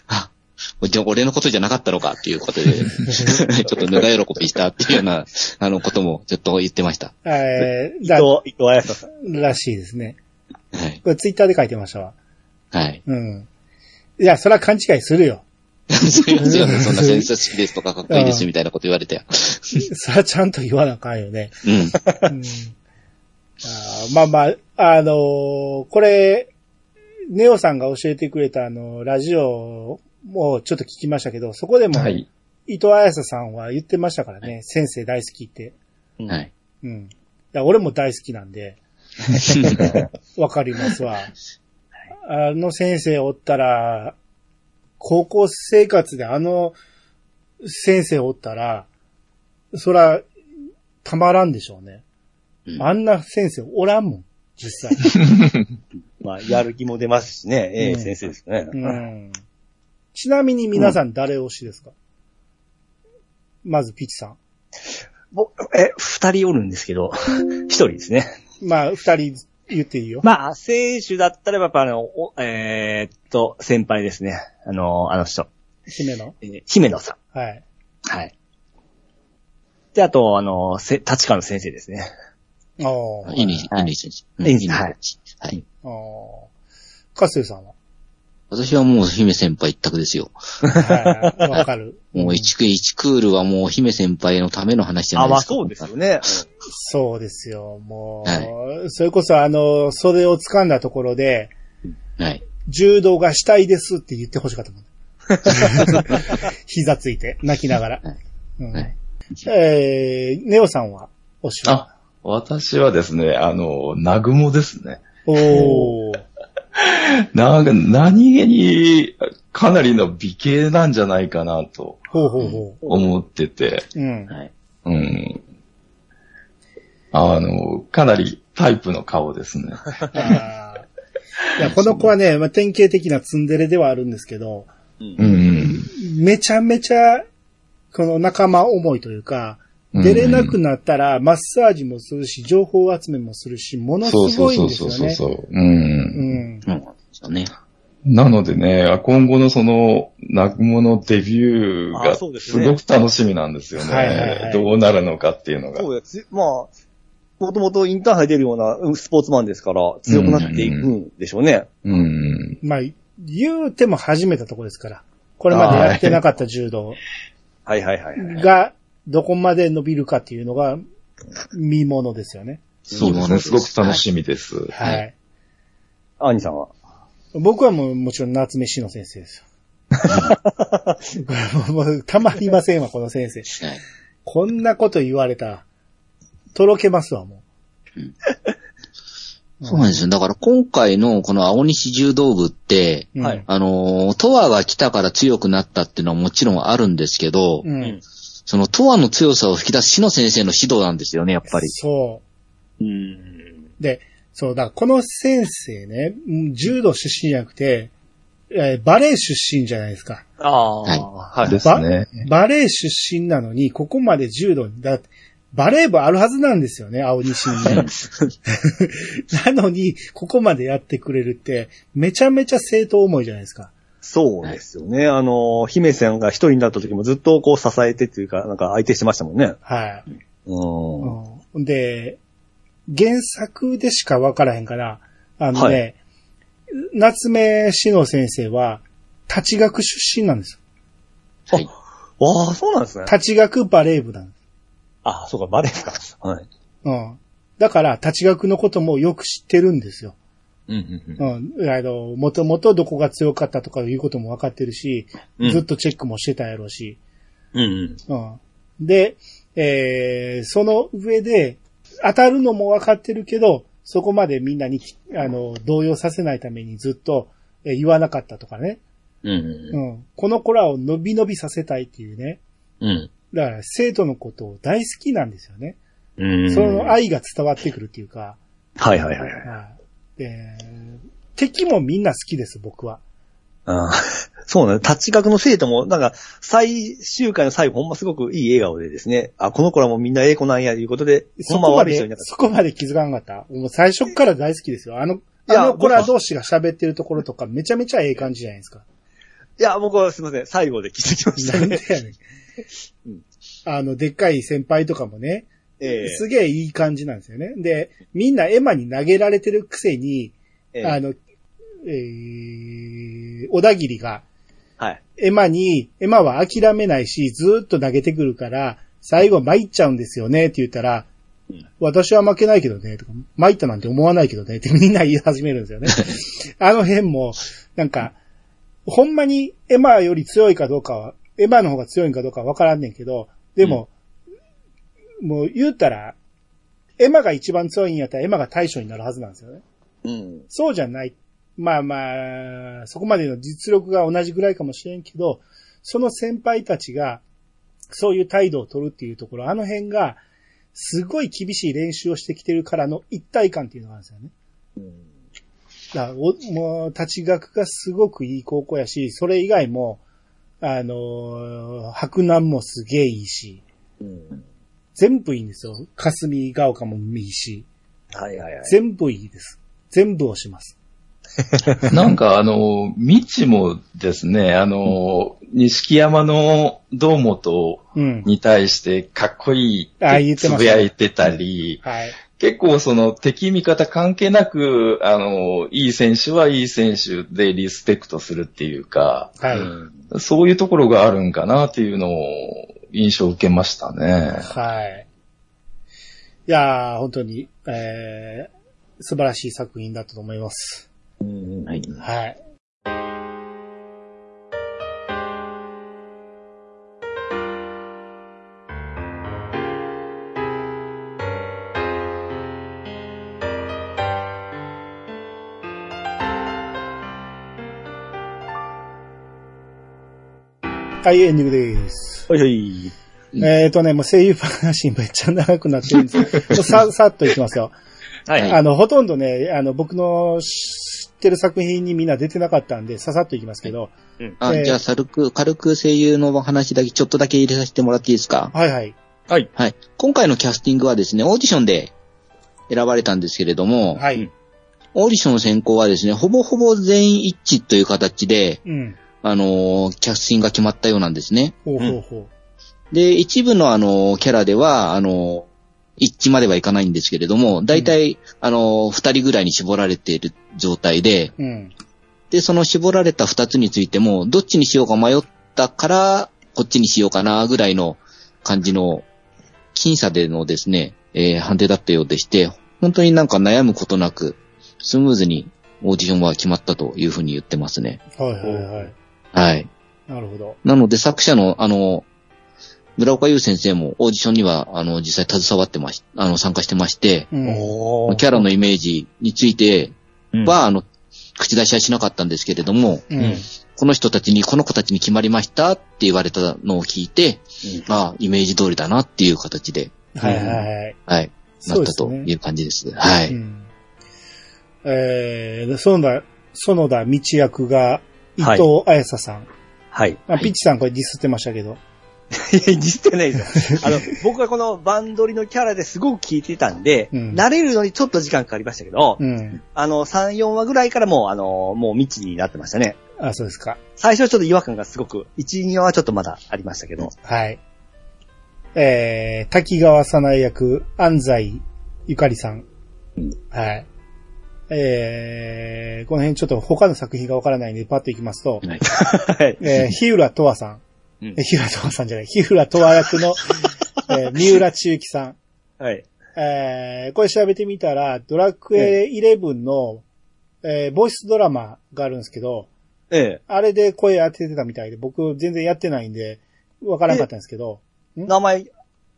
あ、じゃあ俺のことじゃなかったのかっていうことで、 ちょっとぬが喜びしたっていうような、あのこともちょっと言ってました。
えー、
伊
だ、
藤、伊藤彩さん。
らしいですね。
はい。
これツイッターで書いてましたわ。
はい。
うん。いや、それは勘違いするよ。
そういうことよねそんな先生好きですとかかっこいいですみたいなこと言われて。
それはちゃんと言わなあかんよね。
うん。
うん、あーまあまあ、あのーこれ、ネオさんが教えてくれたあの、ラジオもちょっと聞きましたけど、そこでも、
はい。
伊藤彩紗さんは言ってましたからね、先生大好きって。
はい。
うん。いや、俺も大好きなんで、わかりますわ。あの先生おったら、高校生活であの先生おったら、そら、たまらんでしょうね。
うん
あんな先生おらんもん、実際。
まあ、やる気も出ますしね。ええ
うん
先生ですね。
うんちなみに皆さん誰推しですか、まずピッチさ
僕、え、二人おるんですけど、 一人ですね。
ん。まあ、二人言っていいよ。
まあ、選手だったらやっぱあの、おえーっと、先輩ですね。あの、あの人。
姫野。
えー姫野さ
はい。
ん。はい。で、あと、あの、せ、立川の先生ですね。
おー。
いいね、いいね、先生。うん
いいね
ね
はい
はい。
おーカステルさん は
私はもう姫先輩一択ですよ。
はい。わかる。
もう一ク一クールはもう姫先輩のための話じゃな
あ、
いで
まあ
すか。
そうですよね。
そうですよ。もう、それこそあの、袖を掴んだところで、
はい。
柔道がしたいですって言ってほしかったもん。 膝ついて、泣きながら。うん
はい
えー、ネオさんは、おしは。
あ、私はですね、あの、南雲ですね。
おー。
な、何気に、かなりの美形なんじゃないかなと
ほうほうほ
思ってて、
う。うん。
はい。
うん。あの、かなりタイプの顔ですね。
あーいやこの子はね、まあ、典型的なツンデレではあるんですけど、
うん。
めちゃめちゃ、この仲間思いというか、出れなくなったら、マッサージもするし、情報集めもするし、もの
そう
す
そ
ご
う
い
そ
ん
う
です
そ
よ
うそう
ね。
そう。うん。
うん。
そうなんですよね。
なのでね、今後のその、泣くものデビュー
あ
が
そうです
す
ね
ごく楽しみなんですよ
はいはいは
ね
い。
どうなるのかっていうのが。
そうです。まあ、もともとインターハイ出るようなうんスポーツマンですから、強くなっていくんでしょうね。
うん。
まあ、言うても始めたとこですから、これまでやってなかった柔道
はいはいはいはい。
が、どこまで伸びるかっていうのが、見ものですよね。
そうですね。すごく楽しみです。
は。
はい
アーニさんは。
僕はもう、もちろん夏目氏の先生ですよ。 これもう、もうたまりませんわ、この先生。
はい。
こんなこと言われたら、とろけますわ、も
そうなんですよ。だから今回のこの青西柔道部って、
う。
はい
あのー、トワが来たから強くなったっていうのはもちろんあるんですけど、
うん。う
うんん。
そのトワの強さを引き出す篠先生の指導なんですよね、やっぱり。
そう。
うん。
で、そうだ、この先生ね、うん柔道出身じゃなくて、えーバレエ出身じゃないですか。
ああ、
はい
はい。
ですね。
バレエ出身なのに、ここまで柔道に、だってバレー部あるはずなんですよね、青西にね。 なのに、ここまでやってくれるって、めちゃめちゃ正当思いじゃないですか。
そうですよね。あの、姫さんが一人になった時もずっとこう支えてっていうか、なんか相手してましたもんね。
はい。
うん。
うんで、原作でしかわからへんから、あのね、
は
夏目志乃先生は、立学出身なんですよ。
はい。
わあ、そうなんですね。
立学バレー部なんです。
あ、そうか、バレーですか。はい。
うん。だから、立学のこともよく知ってるんですよ。
うん、うん、
うん。あの、もともとどこが強かったとかいうことも分かってるし、
うん
ずっとチェックもしてたやろうし。
うん。うん、
うん。で、えー、その上で、当たるのも分かってるけど、そこまでみんなに、あの、動揺させないためにずっと、えー言わなかったとかね。
うん。
うん。この子らを伸び伸びさせたいっていうね。
うん。
だから、生徒のことを大好きなんですよね。
うん。
その愛が伝わってくるっていうか。
はいはいはいはい。
はい。えー敵もみんな好きです、僕は。
ああ、そうね。立ち学の生徒も、なんか、最終回の最後、ほんますごくいい笑顔でですね、あ、この子らもみんなええ子なんや、ということで、
そ
ほんま
こま
悪い人い
で、
なかっ
そこまで気づかなかった。もう最初から大好きですよ。あの、
いや
あの子ら同士が喋ってるところとかめちゃめちゃええ感じじゃないですか。
た。いや、僕はすいません。最後で気づきました
なんで
ね。
やねん
うん。
あの、でっかい先輩とかもね、
ええ
すげえいい感じなんですよね。で、みんなエマに投げられてるくせに、
ええ
あの、えー、小田切が、
はい。
エマに、エマは諦めないし、ずーっと投げてくるから、最後参っちゃうんですよねって言ったら、
うん
私は負けないけどね、とか、参ったなんて思わないけどねってみんな言い始めるんですよね。あの辺も、なんか、ほんまにエマより強いかどうかは、エマの方が強いんかどうかはわからんねんけど、でも、もう言うたら、エマが一番強いんやったらエマが対象になるはずなんですよね。
うん。
そうじゃない。まあまあ、そこまでの実力が同じぐらいかもしれんけど、その先輩たちが、そういう態度を取るっていうところ、あの辺が、すごい厳しい練習をしてきてるからの一体感っていうのがあるんですよね。
うん
だからおもう、立ち学がすごくいい高校やし、それ以外も、あのー白南もすげえいいし、
うん。
全部いいんですよ。霞ヶ丘もいいし、
はいはいはい。
全部いいです。全部をします。
なんかあの、未知もですね、あの、錦山の堂本
うん。
に対してかっこいいっ
あ言ってて
つ
ま
ぶ
したね
やいてたり、
はい。
結構その敵味方関係なく、あの、いい選手はいい選手でリスペクトするっていうか、
はい。
うん
そういうところがあるんかなっていうのを印象を受けましたね。
はい。いやー、本当に、えー、素晴らしい作品だったと思います。
うん
はい。
はい。はい、エンディングです。
はいはい。
うん
えー、とね、もう声優話めっちゃ長くなってるんです けど、さ、さっといきますよ。
はい。
あの、ほとんどね、あの、僕の知ってる作品にみんな出てなかったんで、ささっといきますけど、
あ、
えー
じゃあ、軽く、軽く声優のお話だけ、ちょっとだけ入れさせてもらっていいですか
はいはい。
はい。今回のキャスティングはですね、オーディションで選ばれたんですけれども、
はい。
オーディションの選考はですね、ほぼほぼ全員一致という形で、
うん。
あのーキャスティングが決まったようなんですね。
ほうほうほ
で、一部のあのーキャラでは、あのー一致まではいかないんですけれども、大体、あのー二人ぐらいに絞られている状態で、
う。うん。
で、その絞られた二つについても、どっちにしようか迷ったから、こっちにしようかな、ぐらいの感じの、僅差でのですね、えー判定だったようでして、本当になんか悩むことなく、スムーズにオーディションは決まったというふうに言ってますね。
はいはいはい。
はい。
なるほど。
なので作者の、あの、村岡優先生もオーディションには、あの、実際携わってまし、あの、参加してまして、
うん。
おー
キャラのイメージについては、あの、口出しはしなかったんですけれども、
うん。
この人たちに、この子たちに決まりましたって言われたのを聞いて、まあ、イメージ通りだなっていう形で、
はいはいはい。
はい、
そ
なっ
うで
た
す
と
ね。
いう感じです。は
う
い。
ん。えー、園田、園田道役が、伊
はい
藤彩紗さん。
はい。
まあ、
はい
ピッチさんこれディスってましたけど。
いや、実際ないで すよ。あの、僕はこのバンドリのキャラですごく聞いてたんで、
うん
慣れるのにちょっと時間かかりましたけど、
うん。
あの、3、4話ぐらいからもう、あの、もう未知になってましたね。
あ、そうですか。
最初はちょっと違和感がすごく、1、2話はちょっとまだありましたけど、
はい。えー、滝川さなえ役、安西ゆかりさん。はい。えー、この辺ちょっと他の作品がわからないんで、パッといきますと、
はい
はい。
えー、日浦とわさん。
うん
え日浦とわさんじゃない。日浦とわ役 の、えー、三浦千幸さん。
はい。
えーこれ調べてみたら、ドラクエ11の、えーボイスドラマがあるんですけど、
ええ。
あれで声当ててたみたいで、僕全然やってないんで、わからなかったんですけど、
名前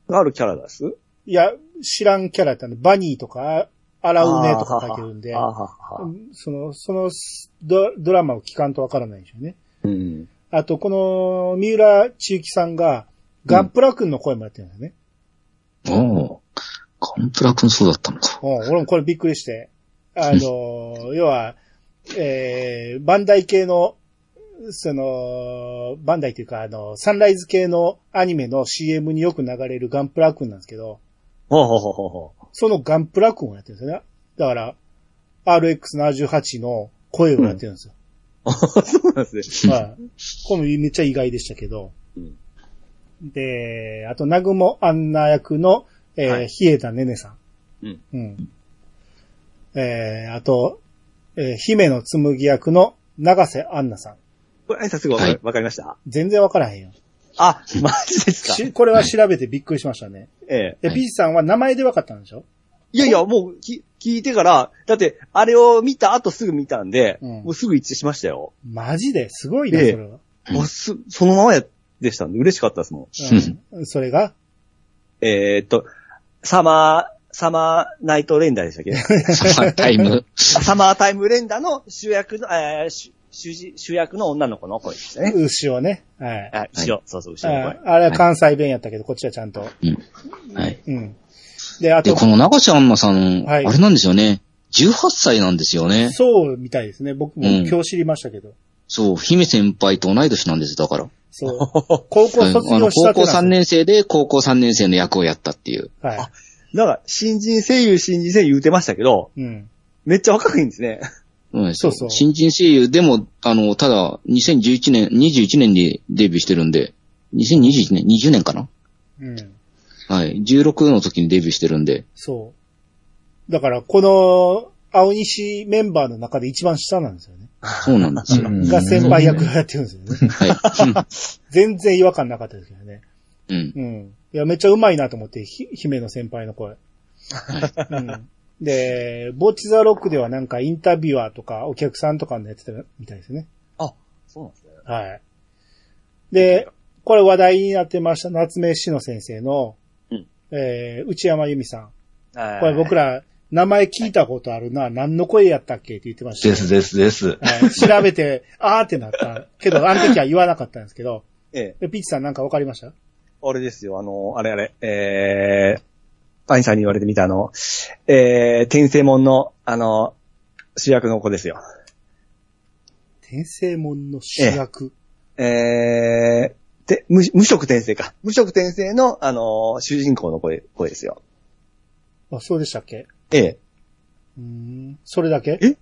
があるキャラです
いや、知らんキャラだったんで、バニーとか、アラウネとか書いてるんで、
あはは
う
は。
んその、そのドドラマを聞かんとわからないでしょうね。
うん。
あと、この、三浦千幸さんが、ガンプラ君の声もやってるんですよね。
おーガンプラ君そうだったのか。
うん、俺もこれびっくりして。あの、 要は、えー、バンダイ系の、その、バンダイというか、あの、サンライズ系のアニメの CM によく流れるガンプラ君なんですけど、
ほうほうほうほう ほ
そのガンプラ君をやってるんですよね。だから、RX78 の声をやってるんですよ。
う。そうなんですね。
はい。これもめっちゃ意外でしたけど。
うん
で、あと、南雲アンナ役の、えー
は
日枝ねねさん。
うん。
えーあと、えー姫の紬役の長瀬アンナさん。
これ、挨拶がわか
はい
わかりました
全然わからへんよ。
あ、マジですか
しこれは調べてびっくりしましたね。
ええ。
で、
はい
ピーチさんは名前でわかったんでしょ
いやいや、もうき聞いてから、だって、あれを見た後すぐ見たんで、
うん
もうすぐ一致しましたよ。
マジですごいね、
ええ
それは。
うん
もうす、そのままやでしたんで、嬉しかったですもん。
うん、それが、
えー、っと、サマー、サマーナイトレンダーでしたっけ
サマータイム。
あサマータイムレンダーの主役の、えー、主主人主役の女の子の声でしたね。
牛をね。はい。
あ、後ろ、そうそう、後ろの
あ
声。
あれは関西弁やったけど、こっちはちゃんと。
はい。
うん。で、あ
で、
と、
この長瀬アンナさん、
はい
あれなんですよね。18歳なんですよね。
そうみたいですね。僕も
うん
今日知りましたけど。
そう、姫先輩と同い年なんです、だから。
そう。高校卒業した
高
て
校3
なんで
年生で高校3年生の役をやったっていう。
すよは
なんか、新人声優、新人声優言うてましたけど、
い。うん。
めっちゃ若くいいんですね。
うん、
そうそう
新人声優でも、あの、ただ、2011年、21年にデビューしてるんで、2021年、20年かな
うん。
はい。16の時にデビューしてるんで、
そう。だから、この、青西メンバーの中で一番下なんですよね。
そうなんですよ。
が先輩役をやってるんですよ ね。
は
全然違和感なかったですけどね。
い。うん。
うん。いや、めっちゃうまいなと思って、ひ姫の先輩の 声。うん。で、ボッチザロックではなんかインタビュアーとかお客さんとかのやってたみたいですね。
そうなんですね。
はい。で、これ話題になってました、夏目志乃先生の、
うん
えー、内山由美さん。
はい
これ僕ら、名前聞いたことあるな、何の声やったっけって言ってました
で
ね、
すですです。
はい調べて、 あーってなった。けど、あの時は言わなかったんですけど、
ええ、
でピッチさんなんかわかりました
あれですよ、あの、あれあれ、えー、アインさんに言われてみたあの、えー、天聖門の、あの、主役の子ですよ。
天聖門の主役。
えー、て無無職転生か。無職転生の、あの、主人公の子で子ですよ。
あ、そうでしたっけ
ええ。
うーん。それだけ
え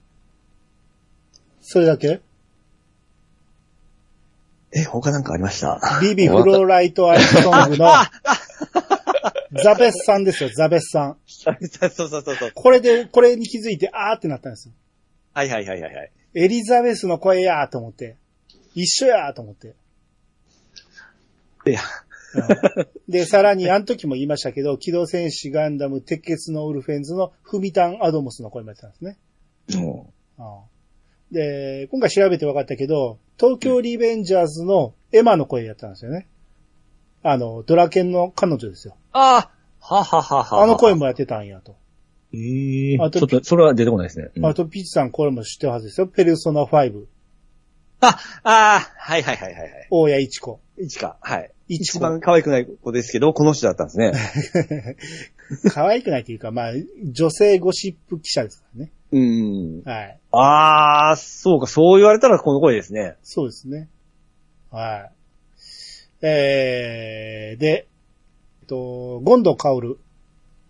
それだけ
え、他なんかありました。
ビビフローライトアイソングの、ザベスさんですよ、ザベスさん。
そうそうそうそう。
これで、これに気づいて、あーってなったんですよ。
はいはいはいはいはい。
エリザベスの声やーと思って。一緒やーと思って。
いや、
うんで、さらに、あの時も言いましたけど、機動戦士ガンダム、鉄血のウルフェンズのフミタン・アドモスの声もやってたんですね。
も
うんで、今回調べて分かったけど、東京リベンジャーズのエマの声やったんですよね。あの、ドラケンの彼女ですよ。
ああはははは。
あの声。もやってたんやと。
ええ
あと
ちょっと、それは出てこないですね。うん
あと、ピーチさんこれも知ってるはずですよ。ペルソナ5、
あ、あーはいはいはいはいはい。
大谷一子。
いちか、はい。
一
一
子
番可愛くない子ですけど、この人だったんですね。
可愛くないというか、まあ、女性ゴシップ記者ですからね。
ううん。
はい。
あー、そうか、そう言われたらこの声ですね。
そうですね。はい。えー、で、えっと、ゴンドカオル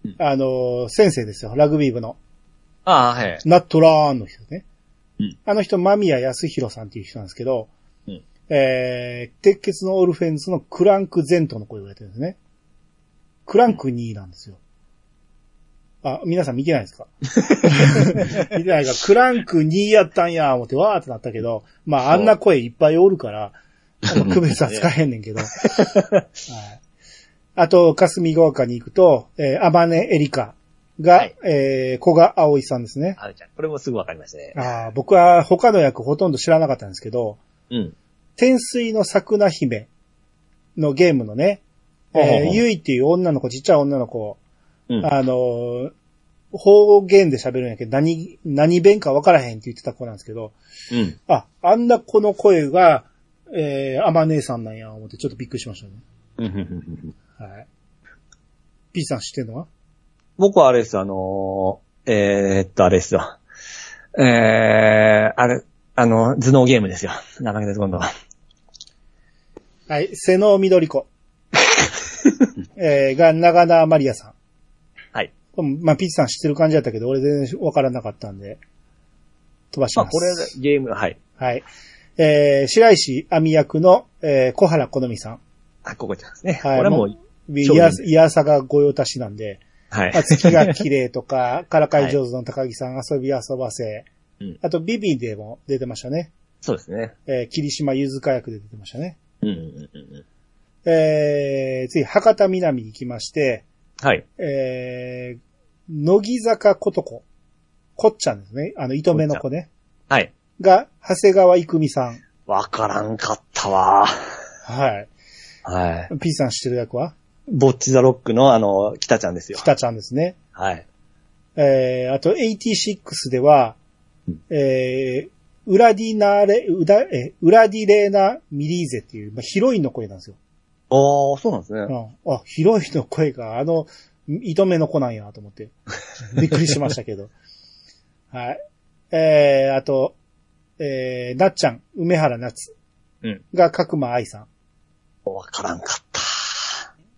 うん。
あの、先生ですよ。ラグビー部の。
あー、はい。
ナットラーンの人ね。
うん
あの人、間宮康弘さんっていう人なんですけど、
うん
えー、鉄血のオルフェンズのクランクゼントの声をやってるんですね。クランク2なんですよ。あ、皆さん見てないですか見てないか。クランク2やったんや、思ってわーってなったけど、まあ、あんな声いっぱいおるから、あんま区別はつかへんねんけど。はい、あと、霞ヶ丘に行くと、えー、アバネエリカが、
はい
えー、古賀葵さんですね。
あるちゃん。これもすぐわかりましたね。
ああ、僕は他の役ほとんど知らなかったんですけど、
うん。
天水の桜姫のゲームのね、
ほうほう
え
ほ
ー、
う
ゆいっていう女の子、ちっちゃい女の子、
うん
あのー方言で喋るんやけど、何、何弁かわからへんって言ってた子なんですけど、
うん。
あ、あんな子の声が、えー、アマ姉さんなんや、思ってちょっとびっくりしましたね。はい。P さん知ってんのは
僕はあれです、あのー、えー、っと、あれですよ。えー、あれ、あの、頭脳ゲームですよ。なかなかです、今度は。
はい、瀬能緑 子。えー、が、長田マリアさん。
はい。
これもまあ、ピッチさん知ってる感じだったけど、俺全然わからなかったんで、飛ばし
まあ、
ます。
これ、ゲーム、はい。
はい。えー、白石亜美役の、えー、小原好美さん。
あ、ここちゃんですね。
はい
これはもう、
いや、いやさが御用達なんで、
はい
まあ。月が綺麗とか、 からかい上手の高木さん、遊び遊ばせ
うん。
あと、ビビでも出てましたね。
そうですね。
えー、霧島ゆずか役で出てましたね。
うんうんうんうん。
えー、次、博多南に行きまして、
はい。
えー、乃木坂ことこ、こっちゃんですね。あの、糸目の子ね。
はい。
が、長谷川郁美さん。
わからんかったわ。
はい。
はい。
P さん知ってる役は
ぼっちザロックの、あの、北ちゃんですよ。
北ちゃんですね。
はい。
えー、あと、86では
うん、
えー、ウラディナーレ、ウダ、え、ウラディレーナ・ミリーゼっていう、まあ、ヒロインの声なんですよ。
おー、そうなんですね。
うん。あ、ヒロインの声が、あの、糸目の子なんやと思 って、びっくりしましたけど。はい。えー、あと、えー、なっちゃん、梅原夏
うん
が角間愛さん。
わからんかった。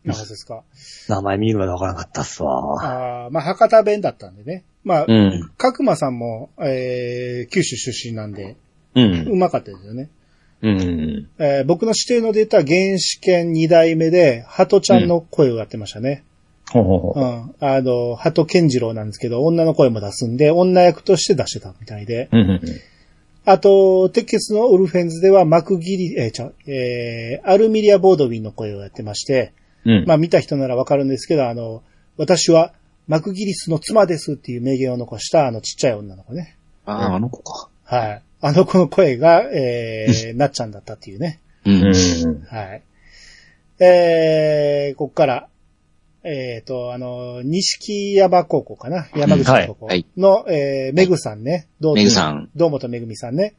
あ、そうですか。
名前見るまでわからんかったっすわ。
あーまあ、博多弁だったんでね。まあ、
うん。
角間さんも、えー、九州出身なんで、
う。
うんまかったですよね。
うん。
えー僕の指定のデータは原始圏2代目で、鳩ちゃんの声をやってましたね。
ほうほうほう。
うん。あの、鳩健次郎なんですけど、女の声も出すんで、女役として出してたみたいで。
うんうん
あと、鉄血のオルフェンズでは、マクギリ、えー、ちゃう、えー、アルミリア・ボードウィンの声をやってまして、
うん。
まあ見た人ならわかるんですけど、あの、私はマクギリスの妻ですっていう名言を残した、あのちっちゃい女の子ね。
ああ、あの子か。
はい。あの子の声が、 えー、なっちゃんだったっていうね。
うん。
うん。
はい。えー、ここから、えーと、あの、西山高校かな山口高校
はい
の、えー、メグさんね。どう
メグさん。
堂本めぐみさんね。
うん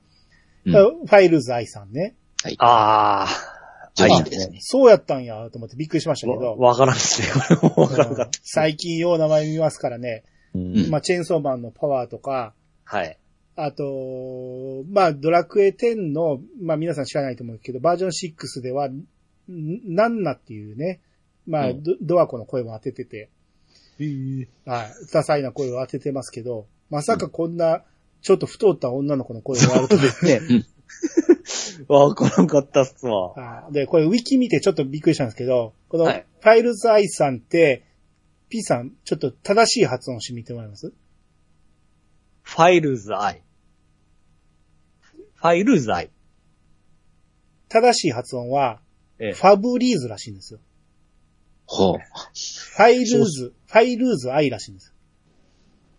ファイルズ愛さんね。
あー。
女
は
優
い
ですね。
そうやったんや、と思ってびっくりしましたけ
わ
ど。
わからんですね。これもわからんか
う
っ
ん
た。
最近よう名前見ますからね。
うん
まあ、チェーンソーマンのパワーとか、
はい。
あと、まあ、ドラクエ10の、まあ、皆さん知らないと思うけど、バージョン6では、んナンナっていうね、まあ、
うん
ドドアコの声も当ててて、はい。些細な声を当ててますけど、まさかこんな、ちょっと太った女の子の声を割るとで
ね。わからんかったっすわ。
で、これウィキ見てちょっとびっくりしたんですけど、この、フ
はい
ァイルズアイさんって、P さん、ちょっと正しい発音してみてもらえます
ファイルズアイ。ファイルズアイ。
正しい発音は、
ええ
ファブリーズらしいんですよ。
ほう。
ファイルズ、ファイルズアイらしいんですよ。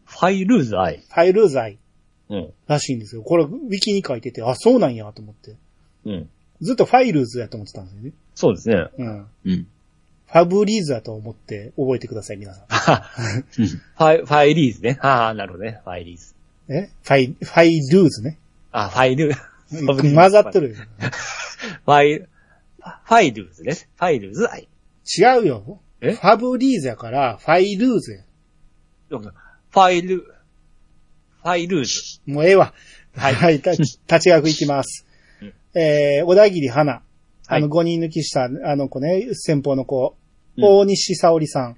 ファイルズアイ。
ファイルズアイ
うん。
らしいんですよ。これ、ウィキに書いてて、あ、そうなんやと思って。
うん。
ずっとファイルズやと思ってたんですよね。
そうですね。
うん。
うん。
ファブリーズだと思って覚えてください、皆さん。
ファイ、ファイリーズね。ああ、なるほどね。ファイリーズ。
えファイ、ファイルーズね。
あ、ファイル。
混ざって
る。
るよ。
ファイ、ファイルーズです。ファイルーズアイ。
違うよ。
え
ファブリーズやから、ファイルーズや。
ファイル、フサイルーズ。
もうええわ。
は い
はい、た立ち学いきます
うん。
えー、小田切花。あ
は
の、
い
5人抜きした、あの子ね、先方の子。
うん
大西沙織さん。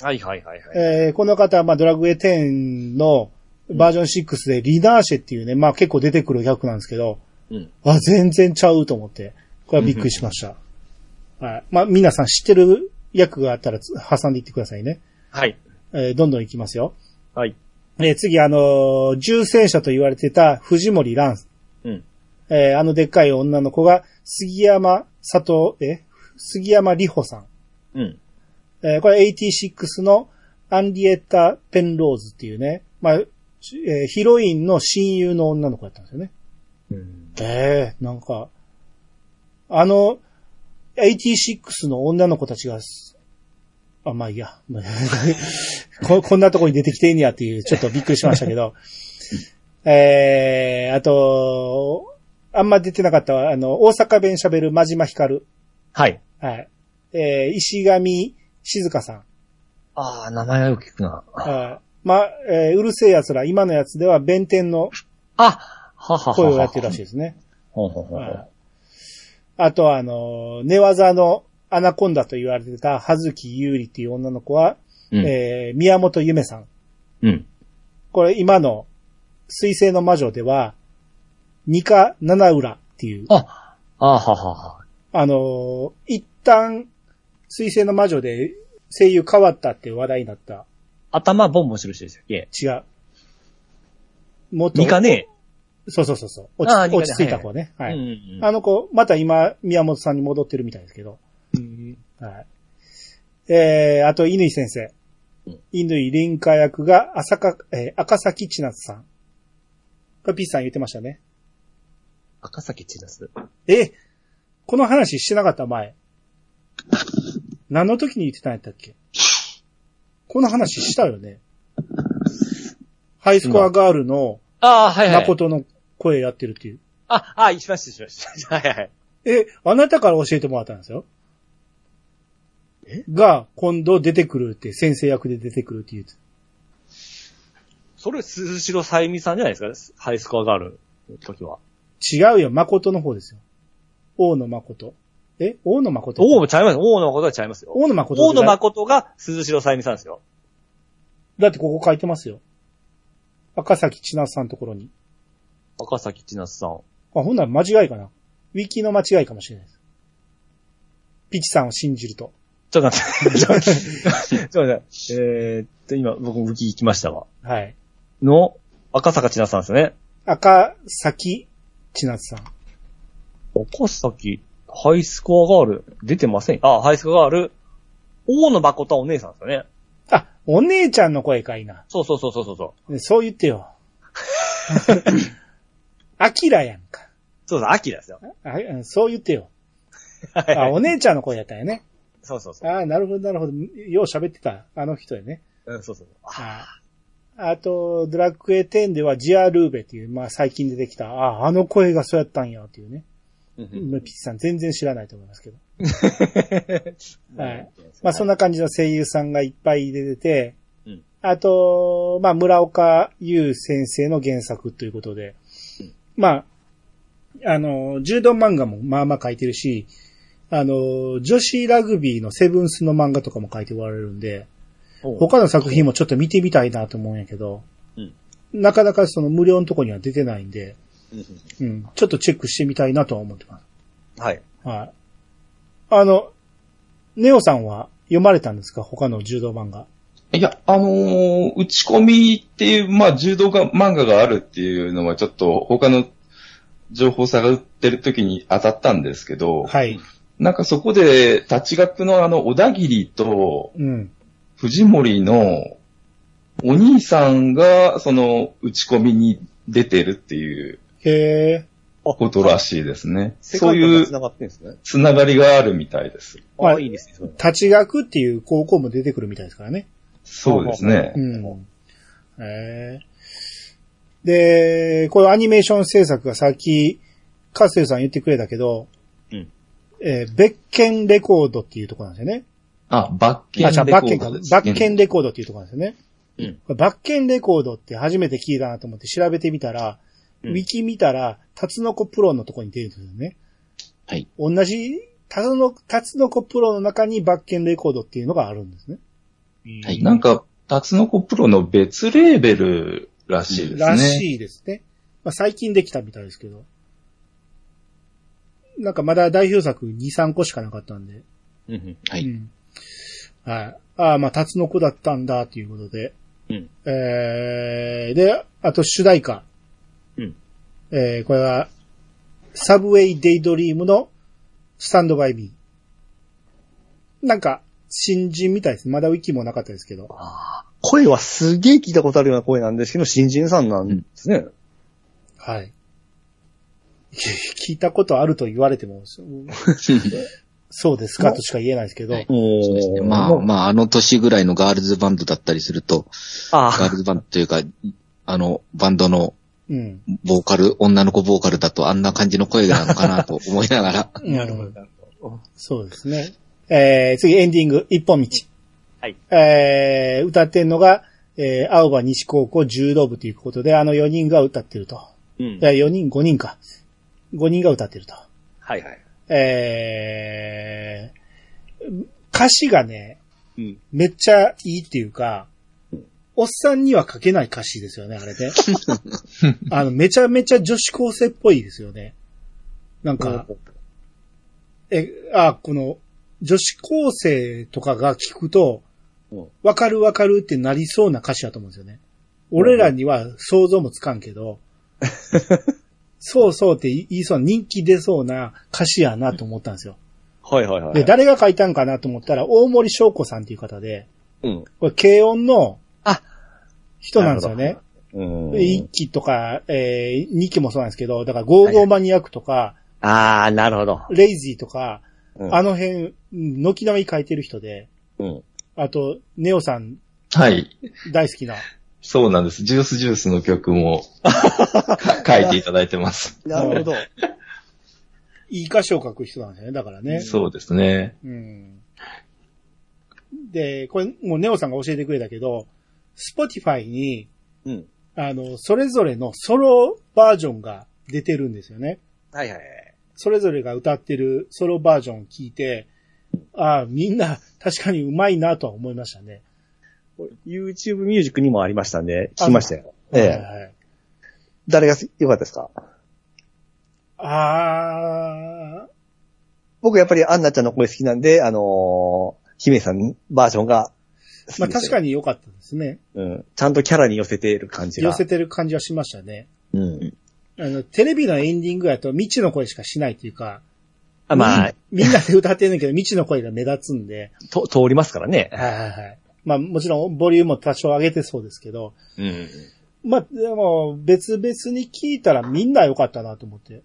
はいはいはいはい。
えー、この方は、まあ、ドラグエ10のバージョン6でリーダーシェっていうね、まあ結構出てくる役なんですけど、
うん
あ、全然ちゃうと思って、これはびっくりしました。はい。まあ、皆さん知ってる役があったらつ挟んでいってくださいね。
はい。
えー、どんどんいきますよ。
はい。
えー、次、あのー重戦車と言われてた藤森蘭。
うん。
えーあのでっかい女の子が、杉山佐藤、え杉山里穂さん。
うん。
えーこれ86のアンリエッタ・ペンローズっていうね、まあ、しえーヒロインの親友の女の子だったんですよね。ええなんか、あの、86の女の子たちがす、あ、まあいいや。 ここんなとこに出てきてんやっていう、ちょっとびっくりしましたけど。ええあと、あんま出てなかった、あの、大阪弁喋る真島ひかる。
はい。
はい。えー、石上静香さん。
ああ、名前はよく聞くな。
あまあ、えーうるせえ奴ら、今のやつでは弁天の
あはははは。
声をやってるらしいですね。
ほうほうほうほ
は
う。
いあとは、あのー、寝技のアナコンダと言われてた、葉月優里っていう女の子は、
うん
えー宮本ゆめさん。
うん。
これ今の、水星の魔女では、ニカ・七浦っていう、
あ、あははは。
あのー一旦、水星の魔女で声優変わったって話題になった。
頭ボンボンしてる人ですよ。いえ。
違う。もっと
ニ、カね。
そうそうそうそう。落ち
あーニカね
落ち着いた子ね。
う
は
ん
い。
うんうん。
あの子、また今、宮本さんに戻ってるみたいですけど。はい。えー、あと、乾先生
うん。
乾凛花役が浅か、えー赤崎千夏さん。これ、ピッチさん言ってましたね。
赤崎千夏。
えこの話してなかった前。何の時に言ってたんやったっけこの話したよね。ハイスコアガールの
ああ、はいはい。
誠の声やってるっていう。
あ、ああ、しました、しま した。はいはい。
え、あなたから教えてもらったんですよ。が、今度出てくるって、先生役で出てくるって言うて。
それ、鈴代さゆみさんじゃないですかハイスコアガールの時は。
違うよ、誠の方ですよ。王の誠。え王の誠
王もちゃいます。王のことはちゃいますよ。
王の誠
王の
だ
誠が鈴代さゆみさんですよ。
だってここ書いてますよ。赤崎千奈さんのところに。
赤崎千夏さ
あ、
ん。
ほんなら間違いかな。ウィキの間違いかもしれないです。ピチさんを信じると。
ちょっと待って。 ちょっと待って。ちょっと待ってえーっと、今、僕、ウキ行きましたわ。
はい。
の、赤坂千奈さんですよね。
赤崎千奈さん。
赤崎、ハイスコアガール、出てません。あ、ハイスコアガール、王の誠はお姉さんですよね。
あ、お姉ちゃんの声かいな。
そうそうそうそうそう。そう
ねそう言って よ。アキラやんか。
そうそう、秋ですよ。
あうんそう言ってよ。
はいは
あ、
い。
お姉ちゃんの声やったんやね。
そうそうそう。
ああ、なるほど、なるほど。よう喋ってた。あの人やね。
うん、そうそうそう。
ああと、ドラクエ10ではジアルーベっていう、まあ最近出てきた、ああ、あの声がそうやったんや、っていうね。
うんうん
ピッチさん全然知らないと思いますけ ど。
はい。
まあそんな感じの声優さんがいっぱい出てて、
うん
あと、まあ村岡優先生の原作ということで、まあ、あの、柔道漫画もまあまあ書いてるし、あの、女子ラグビーのセブンスの漫画とかも書いておられるんで、
ほ
他の作品もちょっと見てみたいなと思うんやけど、
うん
なかなかその無料のとこには出てないんで、
うんうん
うん、ちょっとチェックしてみたいなとは思ってます。
はい。
はい。あの、ネオさんは読まれたんですか他の柔道漫画。
いや、あのー打ち込みっていう、まあ、柔道が漫画があるっていうのはちょっと他の情報差が売ってる時に当たったんですけど、
はい。
なんかそこで立ち学のあの、小田切と
うん。
藤森のお兄さんがその打ち込みに出てるっていう
へえ。
ことらしいですね。
世
そう
界観
い
が
う
繋がってんですね。
つながりがあるみたいです。
まあ
あ、いいですね。それ
立ち学っていう高校も出てくるみたいですからね。
そうですね
う。ん。へえ。で、このアニメーション制作がさっき、カッセルさん言ってくれたけど、
うん
えー別件レコードっていうところなんですよね。
あ、バッケン
あ、じゃあ、
レコ
バッケン
ー
か。
ド
バ
ですね
ッケンレコードっていうところなんですよね。
うん
バッケンレコードって初めて聞いたなと思って調べてみたら、
うん
ウィキ見たら、タツノコプロのとこに出るんですよね。
はい。
同じ、タツノ、タツノコプロの中にバッケンレコードっていうのがあるんですね。
はい
なんか、タツノコプロの別レーベルらしいですね。
らしいですね。まあ、最近できたみたいですけど。なんかまだ代表作2、3個しかなかったんで。
うん。
は
う
い。
ん。はい。ああ、まあ、タツノコだったんだ、ということで。
うん
えー、で、あと主題歌。
うん。
えー、これは、サブウェイデイドリームのスタンドバイミー。なんか、新人みたいです。まだウィキもなかったですけど。
声はすげえ聞いたことあるような声なんですけど、新人さんなんですね。
はい。 聞いたことあると言われ ても、そうそうですかとしか言えないですけど。
はいそうです
お
ね。
ー
まあまあ、あの年ぐらいのガールズバンドだったりすると、
あ
ガールズバンドというか、あの、バンドの
うん。
ボーカル、女の子ボーカルだとあんな感じの声なのかなと思いながら。
なるほど。そうですね。えー、次エンディング、一本道。
はい。
えー、歌ってんのが、えー、青葉西高校柔道部ということで、あの4人が歌ってると。
うん
いや、4人、5人か。5人が歌ってると。
はいはい。
えー、歌詞がね、
うん。
めっちゃいいっていうか、おっさんには書けない歌詞ですよね、あれ ね。あの、めちゃめちゃ女子高生っぽいですよね。なんか、え、あ、この、女子高生とかが聞くと
うん、
わかるわかるってなりそうな歌詞だと思うんですよね。俺らには想像もつかんけ ど、そうそうって言いそうな、人気出そうな歌詞やなと思ったんですよ。
はいはいはい。
で、誰が書いたんかなと思ったら、大森翔子さんっていう方で、
うん。
これ、軽音の、
あ
人なんですよね。
うん。
1期とか、えー、2期もそうなんですけど、だから、ゴーゴーマニアックとか、
ああ、なるほど。
レイジーとか、
うん
あの辺、軒並み書いてる人で、
うん。
あと、ネオさん
はい。
大好きな、
そうなんです。ジュースジュースの曲も書いていただいてます。
なるほど。
いい歌詞を書く人なんですよね、だからね。
そうですね。
うん。で、これ、もうネオさんが教えてくれたけど、スポティファイに、
うん。
あの、それぞれのソロバージョンが出てるんですよね。
はいはい。
それぞれが歌ってるソロバージョンを聞いて、ああ、みんな確かにうまいなとは思いましたね。
YouTube ミュージックにもありましたんで、聞きましたよ。え
はい
え。
はい
誰が良かったですか
ああ、
僕やっぱりアンナちゃんの声好きなんで、あのー、姫さんバージョンが好きです
ま
よ
あ確かに良かったですね。
うん。ちゃんとキャラに寄せている感じが。
寄せてる感じはしましたね。
うん。
あの、テレビのエンディングやと未知の声しかしないっていうか、
あまあ、
みんなで歌ってる んだけど未知の声が目立つんで、
と、通りますからね。
はいはいはい。まあもちろんボリュームも多少上げてそうですけど、
うん。
まあでも別々に聞いたらみんな良かったなと思って。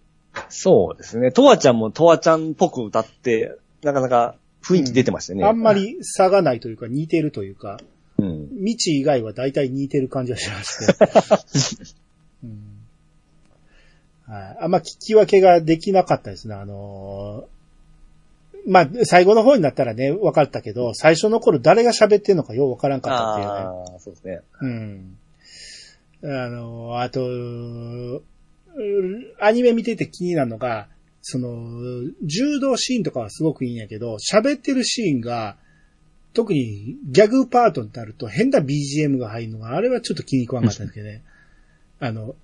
そうですね。とわちゃんもとわちゃんっぽく歌って、なかなか雰囲気出てましたね。
あんま。り差がないというか似てるというか、
うん。
未知以外は大体似てる感じがしますね。うんはいあんま聞き分けができなかったですね。あのーまあ、最後の方になったらね、分かったけど、最初の頃誰が喋ってんのかよう分からんかったっていうね。
ああ、そうですね。
うん。あの、あと、うんアニメ見てて気になるのが、その、柔道シーンとかはすごくいいんやけど、喋ってるシーンが、特にギャグパートになると変な BGM が入るのが、あれはちょっと気に食わなかったんですけどね。あの、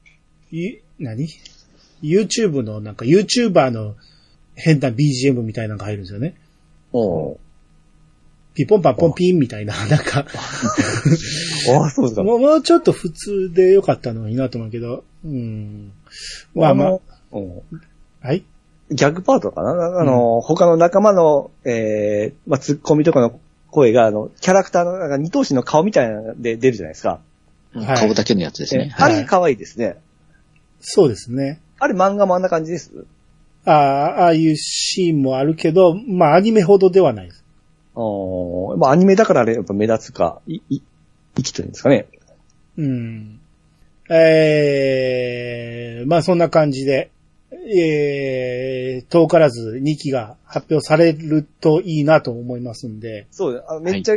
い、何 ?YouTube の、なんか YouTuber の変な BGM みたいなのが入るんですよね。
お
ピポンパンポンピンみたいな、なんか。
ああ、そうですか。
もう、もうちょっと普通で良かったのになと思うけど、うん。まあまあ、
うん。
はい。
ギャグパートかなあの、他の仲間の、ええまあ、ツッコミとかの声が、あの、キャラクターの、なんか二頭身の顔みたいなので出るじゃないですか。
はい
顔だけのやつです
え
ね。
あれ可愛いですね。
そうですね。
あれ漫画もあんな感じです。
ああ、ああいうシーンもあるけど、まあアニメほどではないです。
おーまあ、アニメだからあれ、やっぱ目立つか、い、い、生きてるんですかね。
うん。ええまあそんな感じで、ええ遠からず2期が発表されるといいなと思いますんで、
そう、あめっちゃ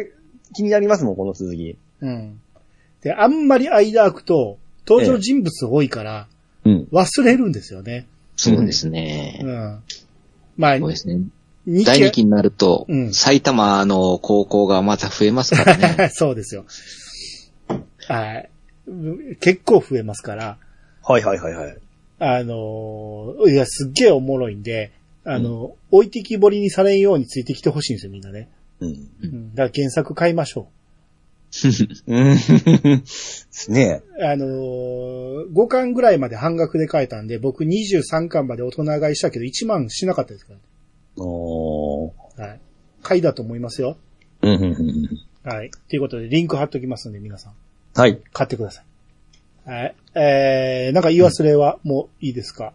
気になりますもん、この続き。
うん。で、あんまり間空くと、登場人物多いから、
うん。
忘れるんですよね。
そうですね
う。ん。まあ、
そうですね。
2
第2期になると
う、ん
埼玉の高校がまた増えますから ね。
そうですよ。はい。う結構増えますから、
はいはいはいはい。
あのーいや、すっげえおもろいんで、あの、置いてきぼりにされんようについてきてほしいんですよ、みんなね。
うん。
うん。だから原作買いましょ
うん。 ですね。
う。あのー、5巻ぐらいまで半額で買えたんで、僕23巻まで大人買いしたけど、1万しなかったですか
おー。
ら、ね。はい。買いだと思いますよ。
うんうんうんうん。
はい。ということで、リンク貼っときますんで、皆さん。
はい。
買ってください。はい。えー、なんか言い忘れはもういいですか、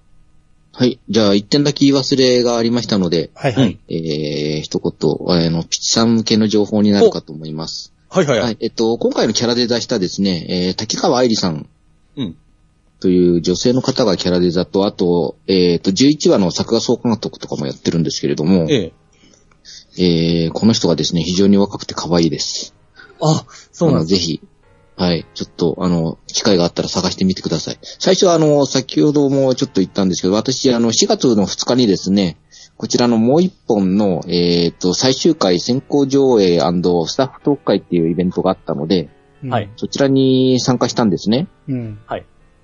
はい。じゃあ、一点だけ言い忘れがありましたので、
はいはい。
えー、一言、あの、ピッチさん向けの情報になるかと思います。
はいはいは。
はいい。えっと、今回のキャラデザしたですね、えー、竹川愛理さん
うん。
という女性の方がキャラデザと、あと、えっ、と、11話の作画総監督とかもやってるんですけれども、え
ええ。
ー、この人がですね、非常に若くて可愛いです。
あ、そうなん
あの
です。
ぜひ、はい。ちょっと、あの、機会があったら探してみてください。最初は、あの、先ほどもちょっと言ったんですけど、私、あの、4月の2日にですね、こちらのもう一本の、えっ、と、最終回先行上映スタッフトーク会っていうイベントがあったので、
うん
はい。
そちらに参加したんですね。
うん。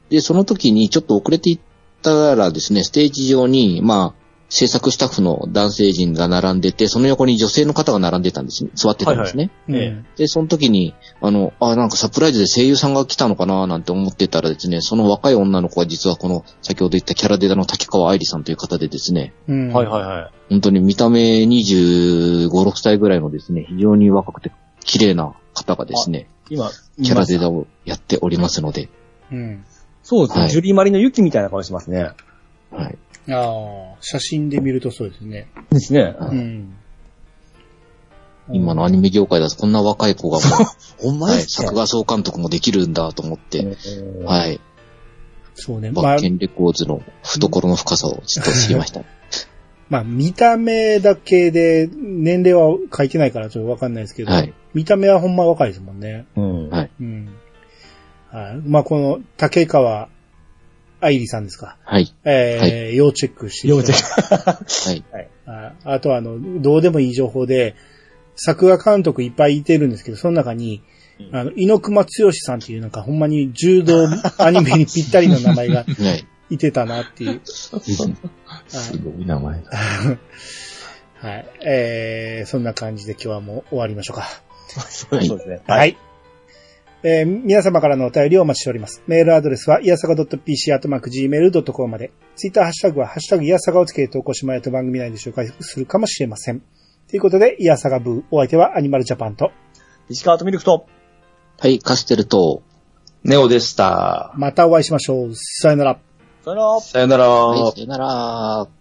で、その時にちょっと遅れていったらですね、ステージ上に、まあ、制作スタッフの男性陣が並んでて、その横に女性の方が並んでたんですね。座ってたんですね。
うん
ええ
で、その時に、あの、あ、なんかサプライズで声優さんが来たのかななんて思ってたらですね、その若い女の子は実はこの、先ほど言ったキャラデザの竹川愛理さんという方でですね、
うん。
はいはいはい。
本当に見た目25、6歳ぐらいのですね、非常に若くて綺麗な方がですね、
今、
キャラデ
見ました
ザをやっておりますので、
うん。
そうです
は
ね。
い
ジュリーマリの雪みたいな顔してますね。
はい。
ああ、写真で見るとそうですね。
ですね。
は
う
い
ん。
今のアニメ業界だとこんな若い子がも
ほん
う、
ま
はい、
ですね
作。画総監督もできるんだと思って、
は
はい、
そうね。ま
バ
あ
ッケ、ンレコーズの懐の深さをちょっと知りました。
まあ、見た目だけで、年齢は書いてないからちょっとわかんないですけど、
はい
見た目はほんま若いですもんね。
い。うん。
はい
うん。はい。まあ、この、竹川愛理さんですか。
はい、
えー
は
要チェックして
要チェ
ッ
はい、
ク。ああと、あの、どうでもいい情報で、作画監督いっぱいいてるんですけど、その中に、あの、猪熊剛さんっていうなんかほんまに柔道アニメにぴったりの名前が
はい。
いてたなっていう。
すごい名前だ。
はい。えー、そんな感じで今日はもう終わりましょうか。
そうですね。
はい。えー皆様からのお便りをお待ちしております。メールアドレスは、いやさか .pc、あとマーク gmail.com まで。ツイッターハッシュタグは、ハッシュタグ、いやさかをつけて投稿してもらえると番組内で紹介するかもしれません。ということで、いやさかブー、お相手はアニマルジャパンと、
石川とミルクと、
はい、カステルと、
ネオでした。
またお会いしましょう。さよなら。
さよなら。
さよなら。
はい、さよなら。